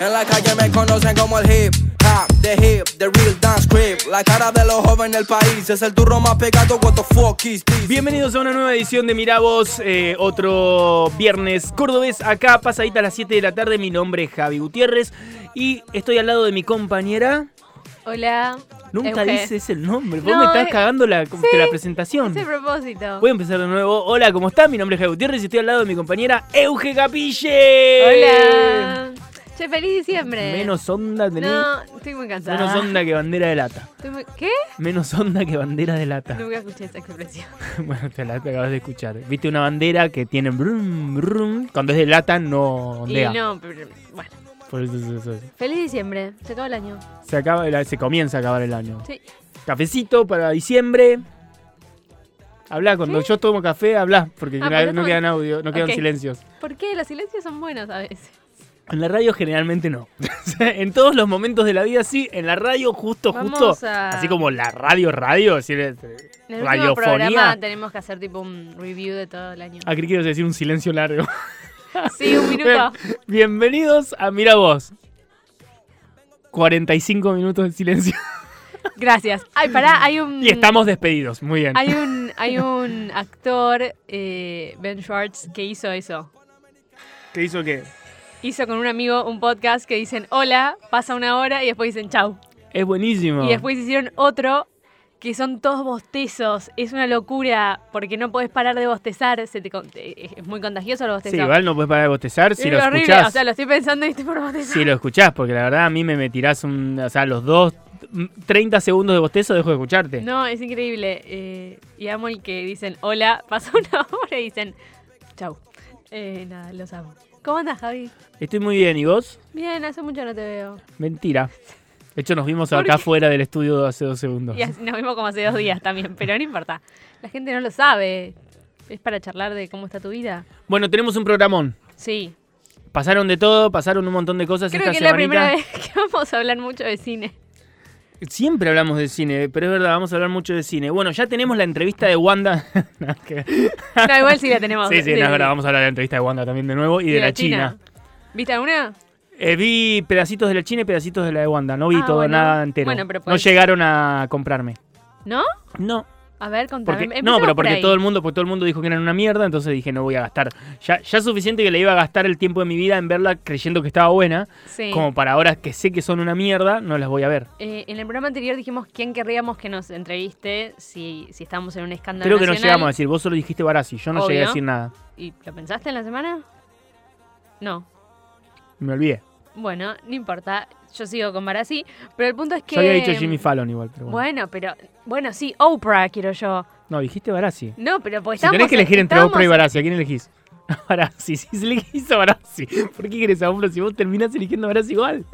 En la calle me conocen como el hip hop, the hip, the real dance creep. La cara de los jóvenes del país es el turro más pegado. What the fuck is this? Bienvenidos a una nueva edición de Miravoz, eh, otro viernes cordobés, acá pasadita a las 7 de la tarde. Mi nombre es Javi Gutiérrez y estoy al lado de mi compañera. Hola. Nunca Euge. dices el nombre, vos No, me estás eh, cagando la, de la presentación. Ese propósito. Voy a empezar de nuevo. Hola, ¿cómo estás? Mi nombre es Javi Gutiérrez y estoy al lado de mi compañera Euge Capille. Hola. Che, feliz diciembre. Menos onda tenés. No, estoy muy cansada. Menos onda que bandera de lata. Estoy muy- ¿Qué? Menos onda que bandera de lata. Nunca escuché esa expresión. Bueno, te la te acabas de escuchar. Viste una bandera que tiene brum, brum. Cuando es de lata no ondea. Y no, pero bueno. Por eso, eso, eso. Feliz diciembre. Se acabó el año. Se, acaba, el- se comienza a acabar el año. Sí. Cafecito para diciembre. Habla, cuando yo tomo café, habla, porque Ah, no, porque no tomo- quedan audio, no quedan Ok. silencios. ¿Por qué? Los silencios son buenos a veces. En la radio generalmente no. en todos los momentos de la vida sí, en la radio justo, Vamos justo. a- Así como la radio, radio, decir, eh, En el último radiofonía. programa tenemos que hacer tipo un review de todo el año. Aquí quiero decir un silencio largo. Sí, un minuto. Bien- bienvenidos a Mira Vos. 45 minutos de silencio. Gracias. Ay, pará, hay un. Y estamos despedidos. Muy bien. Hay un, hay un actor, eh, Ben Schwartz, que hizo eso. ¿Qué hizo qué? hizo con un amigo un podcast que dicen hola, pasa una hora y después dicen chau. Es buenísimo. Y después hicieron otro que son todos bostezos. Es una locura porque no podés parar de bostezar. Se te con- te- es muy contagioso el bostezo. Sí, igual no puedes parar de bostezar si Es lo horrible. escuchás. O sea, lo estoy pensando y estoy por bostezar. Si lo escuchás, porque la verdad a mí me, me tirás un. O sea, los dos. mm, 30 segundos de bostezo dejo de escucharte. No, es increíble. eh, y amo el que dicen hola, pasa una hora y dicen chau. Eh, nada, los amo. ¿Cómo andas, Javi? Estoy muy bien, ¿y vos? Bien, hace mucho no te veo. Mentira. De hecho, nos vimos ¿Por acá qué? fuera del estudio hace dos segundos. Y así nos vimos como hace dos días también, pero no importa. La gente no lo sabe. Es para charlar de cómo está tu vida. Bueno, tenemos un programón. Sí. Pasaron de todo, pasaron un montón de cosas Creo que esta es la semanita. primera vez que vamos a hablar mucho de cine. Siempre hablamos de cine, pero es verdad, vamos a hablar mucho de cine. Bueno, ya tenemos la entrevista de Wanda. No, que- No, igual sí la tenemos. sí, sí, no, es verdad, vamos a hablar de la entrevista de Wanda también de nuevo y de, la, China. ¿Viste alguna? Eh, vi pedacitos de la China y pedacitos de la de Wanda, no vi Ah, todo bueno. nada entero. Bueno, pero no podés- llegaron a comprarme. ¿no? No, A ver, contame. porque, Empecemos no, pero Ah, por porque ahí. todo el mundo, porque todo el mundo dijo que eran una mierda, entonces dije no voy a gastar. Ya, ya es suficiente que le iba a gastar el tiempo de mi vida en verla creyendo que estaba buena, Sí. como para ahora que sé que son una mierda, no las voy a ver. Eh, en el programa anterior dijimos quién querríamos que nos entreviste si, si estábamos en un escándalo Creo que no nacional. llegamos a decir, vos solo dijiste Barassi, yo no llegué a Obvio. decir nada. ¿Y lo pensaste en la semana? No. Me olvidé. Bueno, no importa. Yo sigo con Barassi. Pero el punto es que... Yo había dicho Jimmy Fallon igual, pero bueno. Bueno, pero. Bueno, sí, Oprah quiero yo. No, dijiste Barassi. No, pero pues Si tenés que elegir entre Oprah y Barassi, ¿a quién elegís? A Barassi, si elegís a Barassi. ¿Por qué querés a Oprah si vos terminás eligiendo a Barassi igual?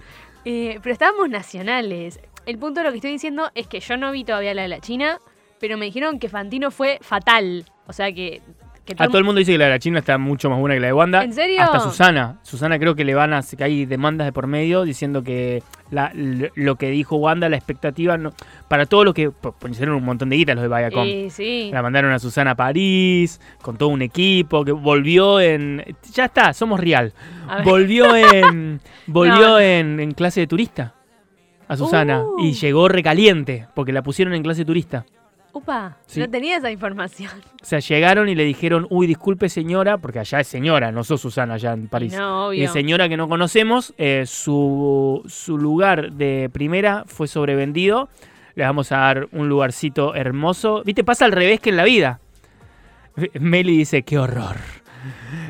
Eh, pero estábamos nacionales. El punto de lo que estoy diciendo es que yo no vi todavía la de la China, pero me dijeron que Fantino fue fatal. O sea que. que A el Ah, todo el mundo dice que la de la China está mucho más buena que la de Wanda. ¿En serio? Hasta Susana. Susana creo que le van a... que hay demandas de por medio diciendo que la- l- lo que dijo Wanda, la expectativa... no- para todo lo que... po- Pusieron un montón de guitas los de Viacom. Eh, sí. La mandaron a Susana a París, con todo un equipo, que volvió en... Ya está, somos real. A ver. Volvió en. Volvió No. en, en clase de turista. A Susana. Uh. Y llegó recaliente, porque la pusieron en clase de turista. Upa, Sí. no tenía esa información. O sea, llegaron y le dijeron, uy, disculpe señora, porque allá es señora, no sos Susana allá en París. No, Y obvio. es Eh, señora que no conocemos, eh, su, su lugar de primera fue sobrevendido. Les vamos a dar un lugarcito hermoso. Viste, pasa al revés que en la vida. Meli dice, qué horror.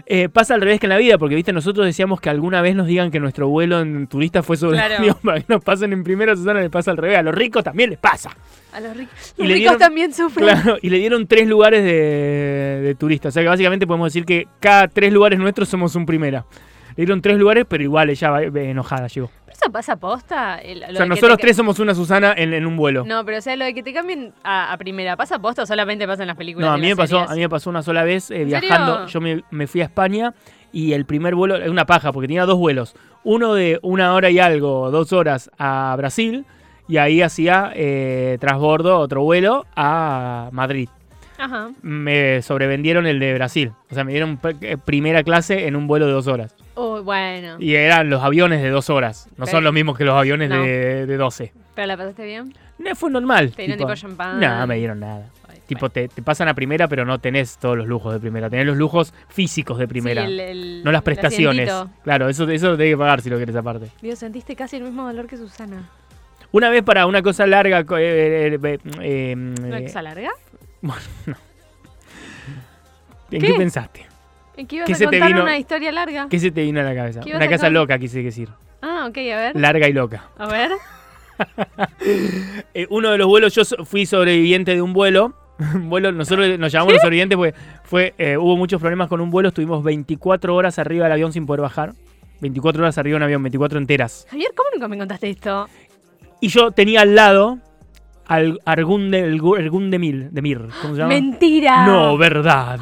Eh, pasa al revés que en la vida, porque viste, nosotros decíamos que alguna vez nos digan que nuestro vuelo en turista fue sobrevendido Claro. para que nos pasen en primera, a Susana les pasa al revés. A los ricos también les pasa. A los, ricos- Y los le ricos dieron- también sufren. Claro, y le dieron tres lugares de, de turista. O sea que básicamente podemos decir que cada tres lugares nuestros somos un primera. Le dieron tres lugares, pero igual ella va- ve- enojada llegó. ¿Pero eso pasa posta? El- O lo sea, de que nosotros te- tres somos una Susana en, en un vuelo. No, No, pero o sea, lo de que te cambien a, a primera, ¿pasa posta o solamente pasa en las películas? a y mí me las pasó, series? a mí me pasó una sola vez eh, ¿En serio? viajando. Yo me, me fui a España y el primer vuelo, es una paja, porque tenía dos vuelos. Uno de una hora y algo, dos horas a Brasil, y ahí hacía eh, transbordo otro vuelo a Madrid. Ajá. me sobrevendieron el de Brasil. O sea, me dieron pr- eh, primera clase en un vuelo de dos horas. Uy, bueno. Y eran los aviones de dos horas. No son Pero- los mismos que los aviones No. de, de 12. ¿Pero la pasaste bien? No, fue normal. ¿Te dieron tipo champán? No, me dieron nada. Ay, Tipo, te, te pasan a primera, pero no tenés todos los lujos de primera. Tenés los lujos físicos de primera. Sí, el- el- no las el prestaciones. asientito. Claro, eso, eso lo tenés que pagar si lo querés aparte. Dios, sentiste casi el mismo dolor que Susana. Una vez para una cosa larga. co- eh, eh, eh, eh, ¿Una eh, cosa larga? ¿En ¿Qué? qué pensaste? ¿En qué ibas ¿Qué a se te contar vino? una historia larga? ¿Qué se te vino a la cabeza? ¿Qué ibas Una a casa contar? loca, quise decir. Ah, ok, a ver. Larga y loca. A ver. Eh, uno de los vuelos, yo so- fui sobreviviente de un vuelo. Un vuelo, Ah, nosotros nos llamamos los sobrevivientes porque fue, eh, hubo muchos problemas con un vuelo. Estuvimos 24 horas arriba del avión sin poder bajar. 24 horas arriba de un avión, 24 enteras. Javier, ¿cómo nunca me contaste esto? Y yo tenía al lado al Argun de, el Gu- Ergun de Mil, de Mir, ¿cómo se llama? ¡Mentira! No, verdad.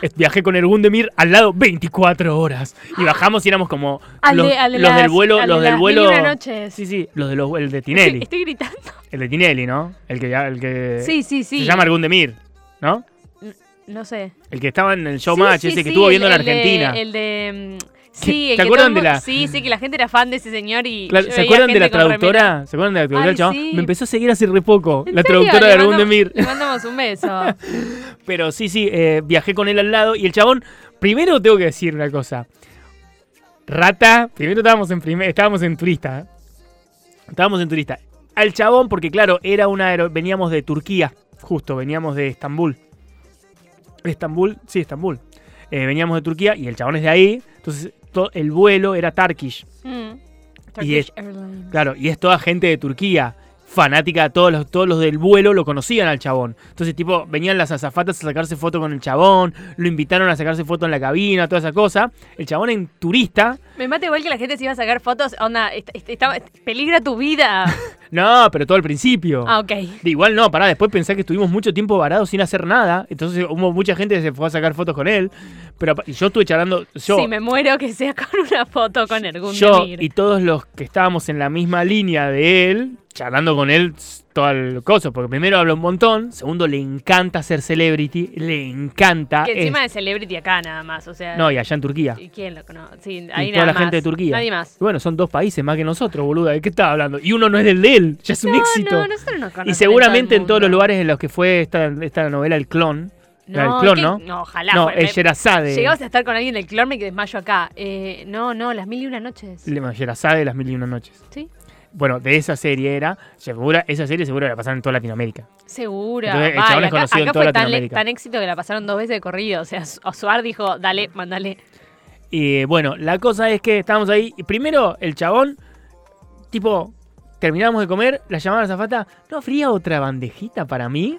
Es- Viajé con Ergun de Mir al lado 24 horas. Y bajamos y éramos como Al los, de- al de los del las- vuelo, al los de del las vuelo. mil y una noches. Sí, sí, los de los el de Estoy, Tinelli. estoy gritando. El de Tinelli, ¿no? El que ya- el que sí, sí, sí. Eh, se llama Argundemir, ¿no? No sé. El que estaba en el showmatch, Sí, sí, ese que sí, estuvo el- viendo en el de- Argentina. el de. mm, Sí, el ¿Te que acuerdan todo el de mu- la- Sí, sí, que la gente era fan de ese señor y. Claro, yo ¿Se veía acuerdan de gente la con remera. traductora? ¿Se acuerdan de la traductora Ay, del chabón? sí. Me empezó a seguir hace re poco, ¿En la serio? traductora de Le mando- Argundemir. Le mandamos un beso. Pero sí, sí, eh, viajé con él al lado y el chabón, primero tengo que decir una cosa. Rata, primero estábamos en primer, estábamos en turista. ¿eh? Estábamos en turista. Al chabón, porque claro, era una aero- veníamos de Turquía, justo, veníamos de Estambul. Estambul, sí, Estambul. Eh, veníamos de Turquía y el chabón es de ahí. Entonces, to- el vuelo era Turkish. Mm. Y es- Turkish Airlines. Claro, y es toda gente de Turquía, fanática, todos los, todos los del vuelo lo conocían al chabón. Entonces, tipo, venían las azafatas a sacarse foto con el chabón, lo invitaron a sacarse foto en la cabina, toda esa cosa. El chabón en turista, Me mata igual que la gente se iba a sacar fotos. Onda, est- est- estaba- est- peligra tu vida. no, pero todo al principio. Ah, ok. De igual no, pará, después pensé que estuvimos mucho tiempo varados sin hacer nada, entonces hubo mucha gente que se fue a sacar fotos con él, pero apa- y yo estuve charlando, yo, Si me muero, que sea con una foto con Ergun yo Demir. y todos los que estábamos en la misma línea de él, charlando con él s- todo el coso, porque primero habla un montón, segundo le encanta ser celebrity, le encanta. Que es- encima de celebrity acá nada más, o sea. No, y allá en Turquía. ¿Y quién lo conoce? Sí, y ahí toda nada la más. gente de Turquía. Nadie más. Y bueno, son dos países más que nosotros, boluda. ¿De qué estás hablando? Y uno no es del de él, ya es un éxito. No, no, nosotros no conocemos. y seguramente en todos los mundo. lugares en los que fue esta, esta novela, El Clon. la del No, clon, ¿qué? ¿no? No, ojalá. no, fuera- el Sherazade. Llegabas a estar con alguien del clon y que desmayo acá. Eh, no, no, las mil y una noches. Le- no, Sherazade de las mil y una noches. ¿Sí? Bueno, de esa serie era, segura, esa serie seguro la pasaron en toda Latinoamérica. Segura. Entonces, el Va, chabón y es acá, conocido en acá toda fue tan, le- Latinoamérica. tan éxito que la pasaron dos veces de corrido. O sea, Su- Suar dijo, dale, mandale. Y bueno, la cosa es que estábamos ahí. Y primero, el chabón, tipo, terminamos de comer, la llamaba a la zafata, ¿no habría otra bandejita para mí?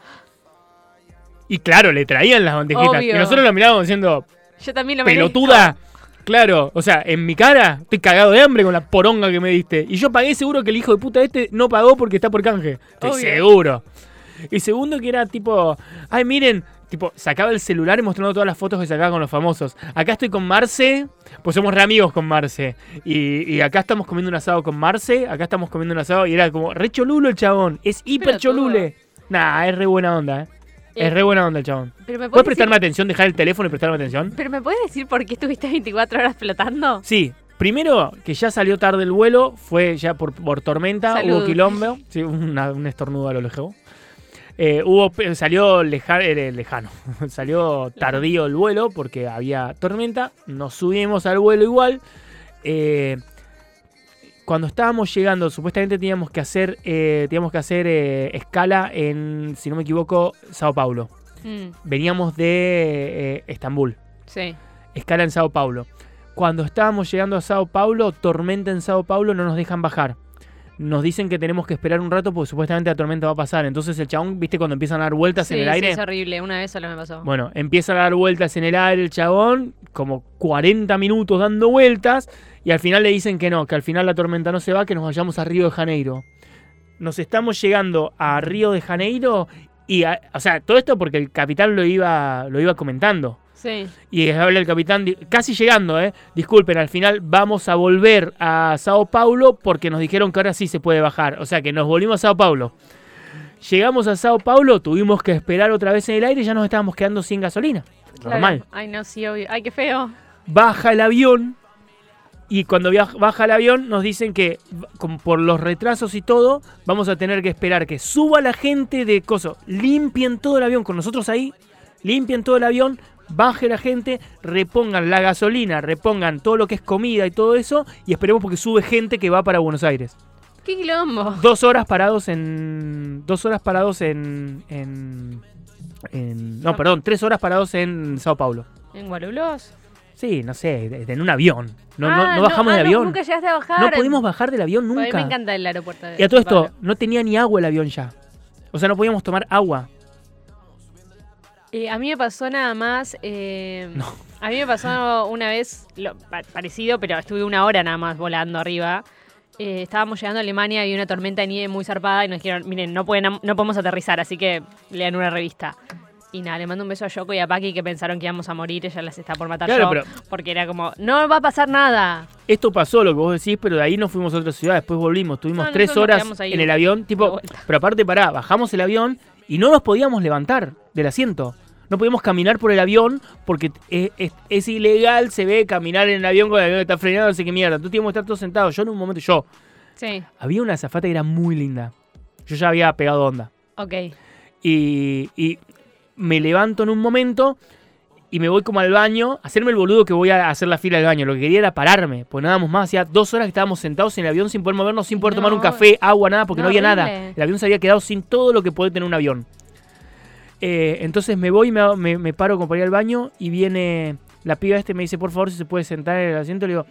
Y claro, le traían las bandejitas. Obvio. Y nosotros lo mirábamos diciendo, Yo también lo merezco. pelotuda. Claro, o sea, en mi cara estoy cagado de hambre con la poronga que me diste. Y yo pagué seguro que el hijo de puta este no pagó porque está por canje. Estoy Obvio. seguro. Y segundo que era tipo, ay miren, tipo, sacaba el celular y mostrando todas las fotos que sacaba con los famosos. Acá estoy con Marce, pues somos re amigos con Marce. Y, y acá estamos comiendo un asado con Marce, acá estamos comiendo un asado. Y era como, re cholulo el chabón, es hiper Pelotudo. cholule. Nah, es re buena onda, eh. Eh, Es re buena onda el chabón. Pero me ¿Puedes puedes prestarme decir, atención, dejar el teléfono y prestarme atención? pero me puedes decir por qué estuviste 24 horas flotando? Sí, primero que ya salió tarde el vuelo, fue ya por, por tormenta, Salud. hubo quilombo, sí, una- un estornudo a lo lejos. Eh, hubo, pe- salió leja- eh, lejano, salió tardío el vuelo porque había tormenta, nos subimos al vuelo igual. Eh, cuando estábamos llegando, supuestamente teníamos que hacer, eh, teníamos que hacer eh, escala en, si no me equivoco, Sao Paulo. Mm, Veníamos de eh, Estambul sí. escala en Sao Paulo. Cuando estábamos llegando a Sao Paulo, tormenta en Sao Paulo, no nos dejan bajar. Nos dicen que tenemos que esperar un rato porque supuestamente la tormenta va a pasar. Entonces el chabón, viste, cuando empiezan a dar vueltas Sí, en el sí, aire. es horrible. Una vez solo me pasó. Bueno, empieza a dar vueltas en el aire el chabón, como 40 minutos dando vueltas, y al final le dicen que no, que al final la tormenta no se va, que nos vayamos a Río de Janeiro. Nos estamos llegando a Río de Janeiro y, a- o sea, todo esto porque el capitán lo iba, lo iba comentando. Sí. Y habla el capitán, di- casi llegando, ¿eh? Disculpen, al final vamos a volver a Sao Paulo porque nos dijeron que ahora sí se puede bajar. O sea que nos volvimos a Sao Paulo. Llegamos a Sao Paulo, tuvimos que esperar otra vez en el aire y ya nos estábamos quedando sin gasolina. claro. Normal. Ay, no, sí, obvio. Ay, qué feo. Baja el avión, Y cuando viaj- baja el avión nos dicen que va- con- por los retrasos y todo vamos a tener que esperar que suba la gente de coso, limpien todo el avión con nosotros ahí, limpien todo el avión, baje la gente, repongan la gasolina, repongan todo lo que es comida y todo eso y esperemos porque sube gente que va para Buenos Aires. ¡Qué quilombo! Dos horas parados en. Dos horas parados en. en, en- no, perdón, tres horas parados en Sao Paulo. ¿En Guarulhos? Sí, no sé, de- de- en un avión. No, no- Ah, no bajamos ah, del no, avión. Nunca llegaste a bajar. No pudimos bajar del avión Bueno, A mí me nunca. encanta el aeropuerto. de Y a todo Sao esto, Paulo. no tenía ni agua el avión ya. O sea, no podíamos tomar agua. Eh, a mí me pasó nada más. eh, No. A mí me pasó una vez lo pa- parecido, pero estuve una hora nada más volando arriba. Eh, estábamos llegando a Alemania, había una tormenta de nieve muy zarpada y nos dijeron, miren, no, pueden, am- no podemos aterrizar, así que lean una revista. Y nada, le mando un beso a Yoko y a Paki que pensaron que íbamos a morir, ella las está por matar Claro, yo, pero- porque era como, no va a pasar nada. Esto pasó, lo que vos decís, pero de ahí nos fuimos a otra ciudad. Después volvimos, estuvimos No, tres nosotros nos horas quedamos ahí en el avión. de Tipo, vuelta. pero aparte, pará, bajamos el avión y no nos podíamos levantar del asiento. No podíamos caminar por el avión porque es, es- es ilegal, se ve caminar en el avión con el avión que está frenado, no sé qué mierda. Tú teníamos que estar todos sentados. Yo en un momento, yo, Sí, había una zafata que era muy linda. Yo ya había pegado onda ok. y, y me levanto en un momento y me voy como al baño, a hacerme el boludo que voy a hacer la fila al baño. Lo que quería era pararme, pues nada más, hacía dos horas que estábamos sentados en el avión sin poder movernos, sin poder tomar un No. café, agua, nada, porque no, No, había nada. horrible. El avión se había quedado sin todo lo que puede tener un avión. Eh, entonces me voy, me, hago- me, me paro como para ir al baño y viene la piba este y me dice, por favor, si se puede sentar en el asiento. Le digo,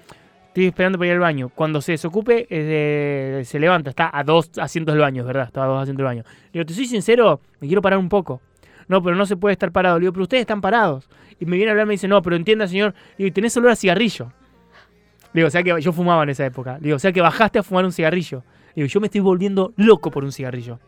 estoy esperando para ir al baño. Cuando se desocupe, eh, se levanta. Está a dos asientos del baño, es ¿verdad? Está a dos asientos del baño. Le digo, te soy sincero, me quiero parar un poco. No, pero no se puede estar parado. Le digo, pero ustedes están parados. Y me viene a hablar y me dice, no, pero entienda, señor. Le digo, tenés olor a cigarrillo. Le digo, o sea que yo fumaba en esa época. Le digo, o sea que bajaste a fumar un cigarrillo. Le digo, yo me estoy volviendo loco por un cigarrillo.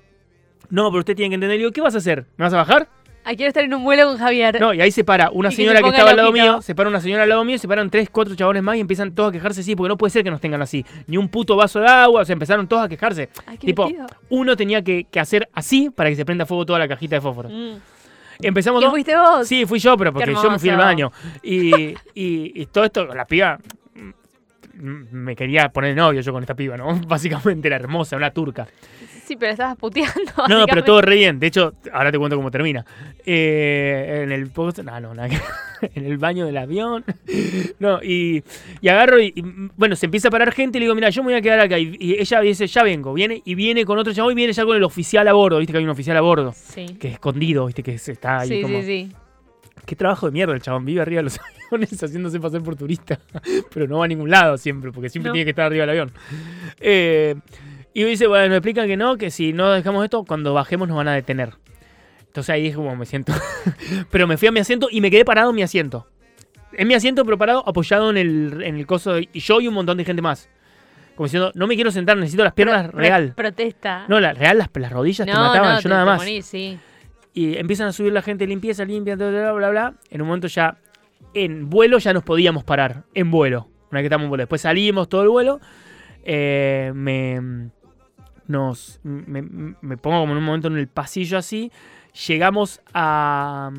No, pero usted tiene que entender. Le digo, ¿qué vas a hacer? ¿Me vas a bajar? Ah, quiero estar en un vuelo con Javier. No, y ahí se para una Y que se señora que, ponga estaba al lado loquito. mío, se para una señora al lado mío, se paran tres, cuatro chabones más y empiezan todos a quejarse así, porque no puede ser que nos tengan así. Ni un puto vaso de agua, o sea, empezaron todos a quejarse. Ay, qué Tipo, divertido. uno tenía que, que hacer así para que se prenda fuego toda la cajita de fósforo. Mm. Empezamos ¿Y dos. fuiste vos? Sí, fui yo, pero porque Qué yo me fui al hermoso. baño. Y, y- y todo esto, la piba. mm, Me quería poner novio yo con esta piba, ¿no? Básicamente era hermosa, una turca. Sí, pero estabas puteando. No, pero básicamente. todo re bien. De hecho, ahora te cuento cómo termina. Eh, en el post. No, no, nada que- En el baño del avión. No, y, y agarro y, y, Bueno, se empieza a parar gente y le digo, mira, yo me voy a quedar acá. Y, y ella dice, ya vengo. Viene y viene con otro chavo y viene ya con el oficial a bordo. Viste que hay un oficial a bordo. Sí. Que es escondido, viste que se está ahí Sí, como. sí, sí. Qué trabajo de mierda el chabón. Vive arriba de los aviones haciéndose pasar por turista. Pero no va a ningún lado siempre, porque siempre No. tiene que estar arriba del avión. Eh, y dice, bueno, me explican que no, que si no dejamos esto, cuando bajemos nos van a detener. Entonces ahí es como me siento. pero me fui a mi asiento y me quedé parado en mi asiento. En mi asiento, pero parado, apoyado en el, en el coso. de- y yo y un montón de gente más. Como diciendo, no me quiero sentar, necesito las piernas Pro- real. Protesta. No, la, real, las, las rodillas te No, mataban, no, yo te- nada te más morís, sí. y empiezan a subir la gente limpieza, limpia, bla, bla, bla, bla. En un momento ya, en vuelo ya nos podíamos parar, en vuelo, una vez que estábamos en vuelo. Después salimos todo el vuelo, eh, me, nos, me, me pongo como en un momento en el pasillo así, llegamos a...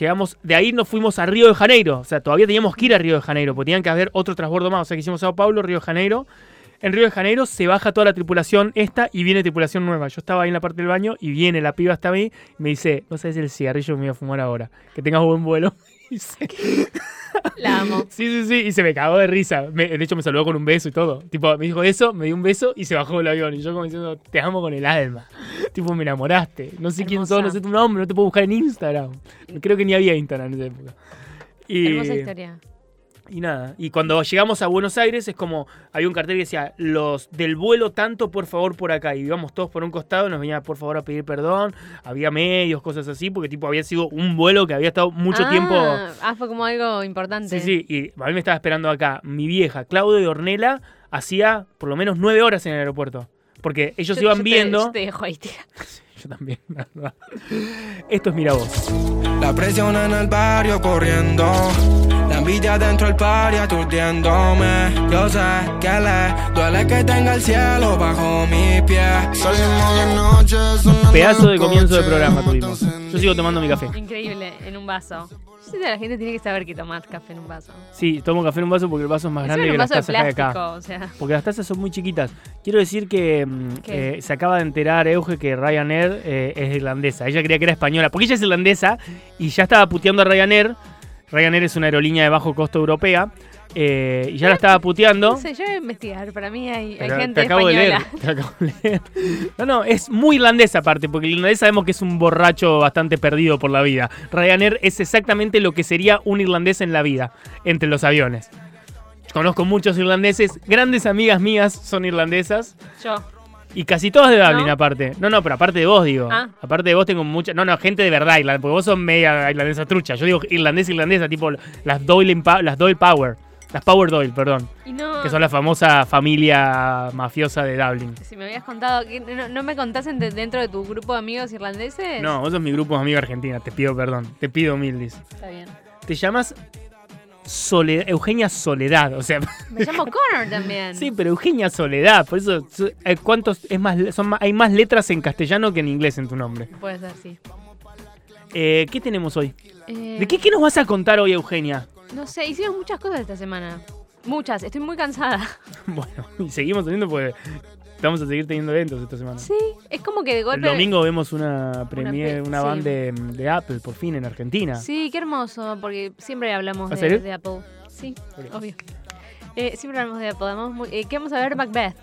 Llegamos, de ahí nos fuimos a Río de Janeiro, o sea, todavía teníamos que ir a Río de Janeiro, porque tenían que haber otro transbordo más, o sea, que hicimos Sao Paulo, Río de Janeiro. En Río de Janeiro se baja toda la tripulación esta y viene tripulación nueva. Yo estaba ahí en la parte del baño y viene la piba hasta mí y me dice, no sabes el cigarrillo que me voy a fumar ahora, que tengas buen vuelo. Y se- La amo. Sí, sí, sí, y se me cagó de risa. Me- de hecho, me saludó con un beso y todo. Tipo, me dijo eso, me dio un beso y se bajó del avión. Y yo como diciendo, te amo con el alma. Tipo, me enamoraste. No sé quién sos, no Hermosa. sé tu nombre, no te puedo buscar en Instagram. Creo que ni había Instagram en esa época. Y, Hermosa historia. y nada, y cuando llegamos a Buenos Aires es como, había un cartel que decía, los del vuelo tanto, por favor, por acá. Y íbamos todos por un costado, nos venía por favor a pedir perdón, había medios, cosas así, porque tipo había sido un vuelo que había estado mucho Ah, tiempo... Ah, fue como algo Sí, importante. sí, y a mí me estaba esperando acá. Mi vieja, Claudio de Ornella, hacía por lo menos nueve horas en el aeropuerto. Porque ellos Yo- iban yo te- este. viendo... yo te dejo ahí, tía. Yo también, la verdad. Esto es Mira Vos. La presión en el barrio corriendo. La envidia dentro del party aturdiéndome. Yo sé que le duele que tenga el cielo bajo mi pie. Salimos de noche, sonando Pedazo de los comienzo de coches, programa tuvimos. motos en Yo sigo tomando mi café. Increíble, en un vaso. Yo siento que la gente tiene que saber que tomás café en un vaso. Sí, tomo café en un vaso porque el vaso es más Encima grande en que un las vaso de tazas que hay plástico, acá. o sea. Porque las tazas son muy chiquitas. Quiero decir que mm, ¿Qué? eh, se acaba de enterar Euge que Ryanair eh, es irlandesa. Ella creía que era española, porque ella es irlandesa y ya estaba puteando a Ryanair. Ryanair es una aerolínea de bajo costo europea. eh, y ya la estaba No puteando. sé, yo voy a investigar. Para mí hay, hay Pero gente acabo de leer, española. te acabo de leer. No, no, es muy irlandesa aparte, porque el irlandés sabemos que es un borracho bastante perdido por la vida. Ryanair es exactamente lo que sería un irlandés en la vida, entre los aviones. Conozco muchos irlandeses, grandes amigas mías son irlandesas Yo. y casi todas de Dublín ¿No? aparte. No, no, pero aparte de vos digo. Ah. Aparte de vos tengo mucha, no, no, gente de verdad, irlandesa, porque vos sos media irlandesa trucha. Yo digo irlandesa, irlandesa, tipo las Doyle, en pa- las Doyle Power, las Power Doyle, perdón Y no. que son la famosa familia mafiosa de Dublin. Si me habías contado, que no, no me contaste en- dentro de tu grupo de amigos irlandeses? No, vos sos mi grupo de amigos argentina, te pido perdón, te pido humildes. Está bien. Te llamas Sole- Eugenia Soledad, o sea, Me llamo Connor también. sí, pero Eugenia Soledad, por eso su- eh, cuántos es más le- son más- hay más letras en castellano que en inglés en tu nombre. Puede ser, sí. Eh, ¿qué tenemos hoy? Eh, ¿De qué, qué nos vas a contar hoy, Eugenia? No sé, hicimos muchas cosas esta semana. Muchas, estoy muy cansada. Bueno, y seguimos teniendo pues vamos a seguir teniendo eventos esta semana. Sí, es como que de El golpe. domingo vemos una premier, pe- una sí. band de, de Apple por fin en Argentina. Sí, qué hermoso, porque siempre hablamos ¿En de, serio? de Apple. Sí, Obvio. obvio. Eh, siempre hablamos de Apple. Amamos muy- eh, ¿Qué vamos a ver? Macbeth.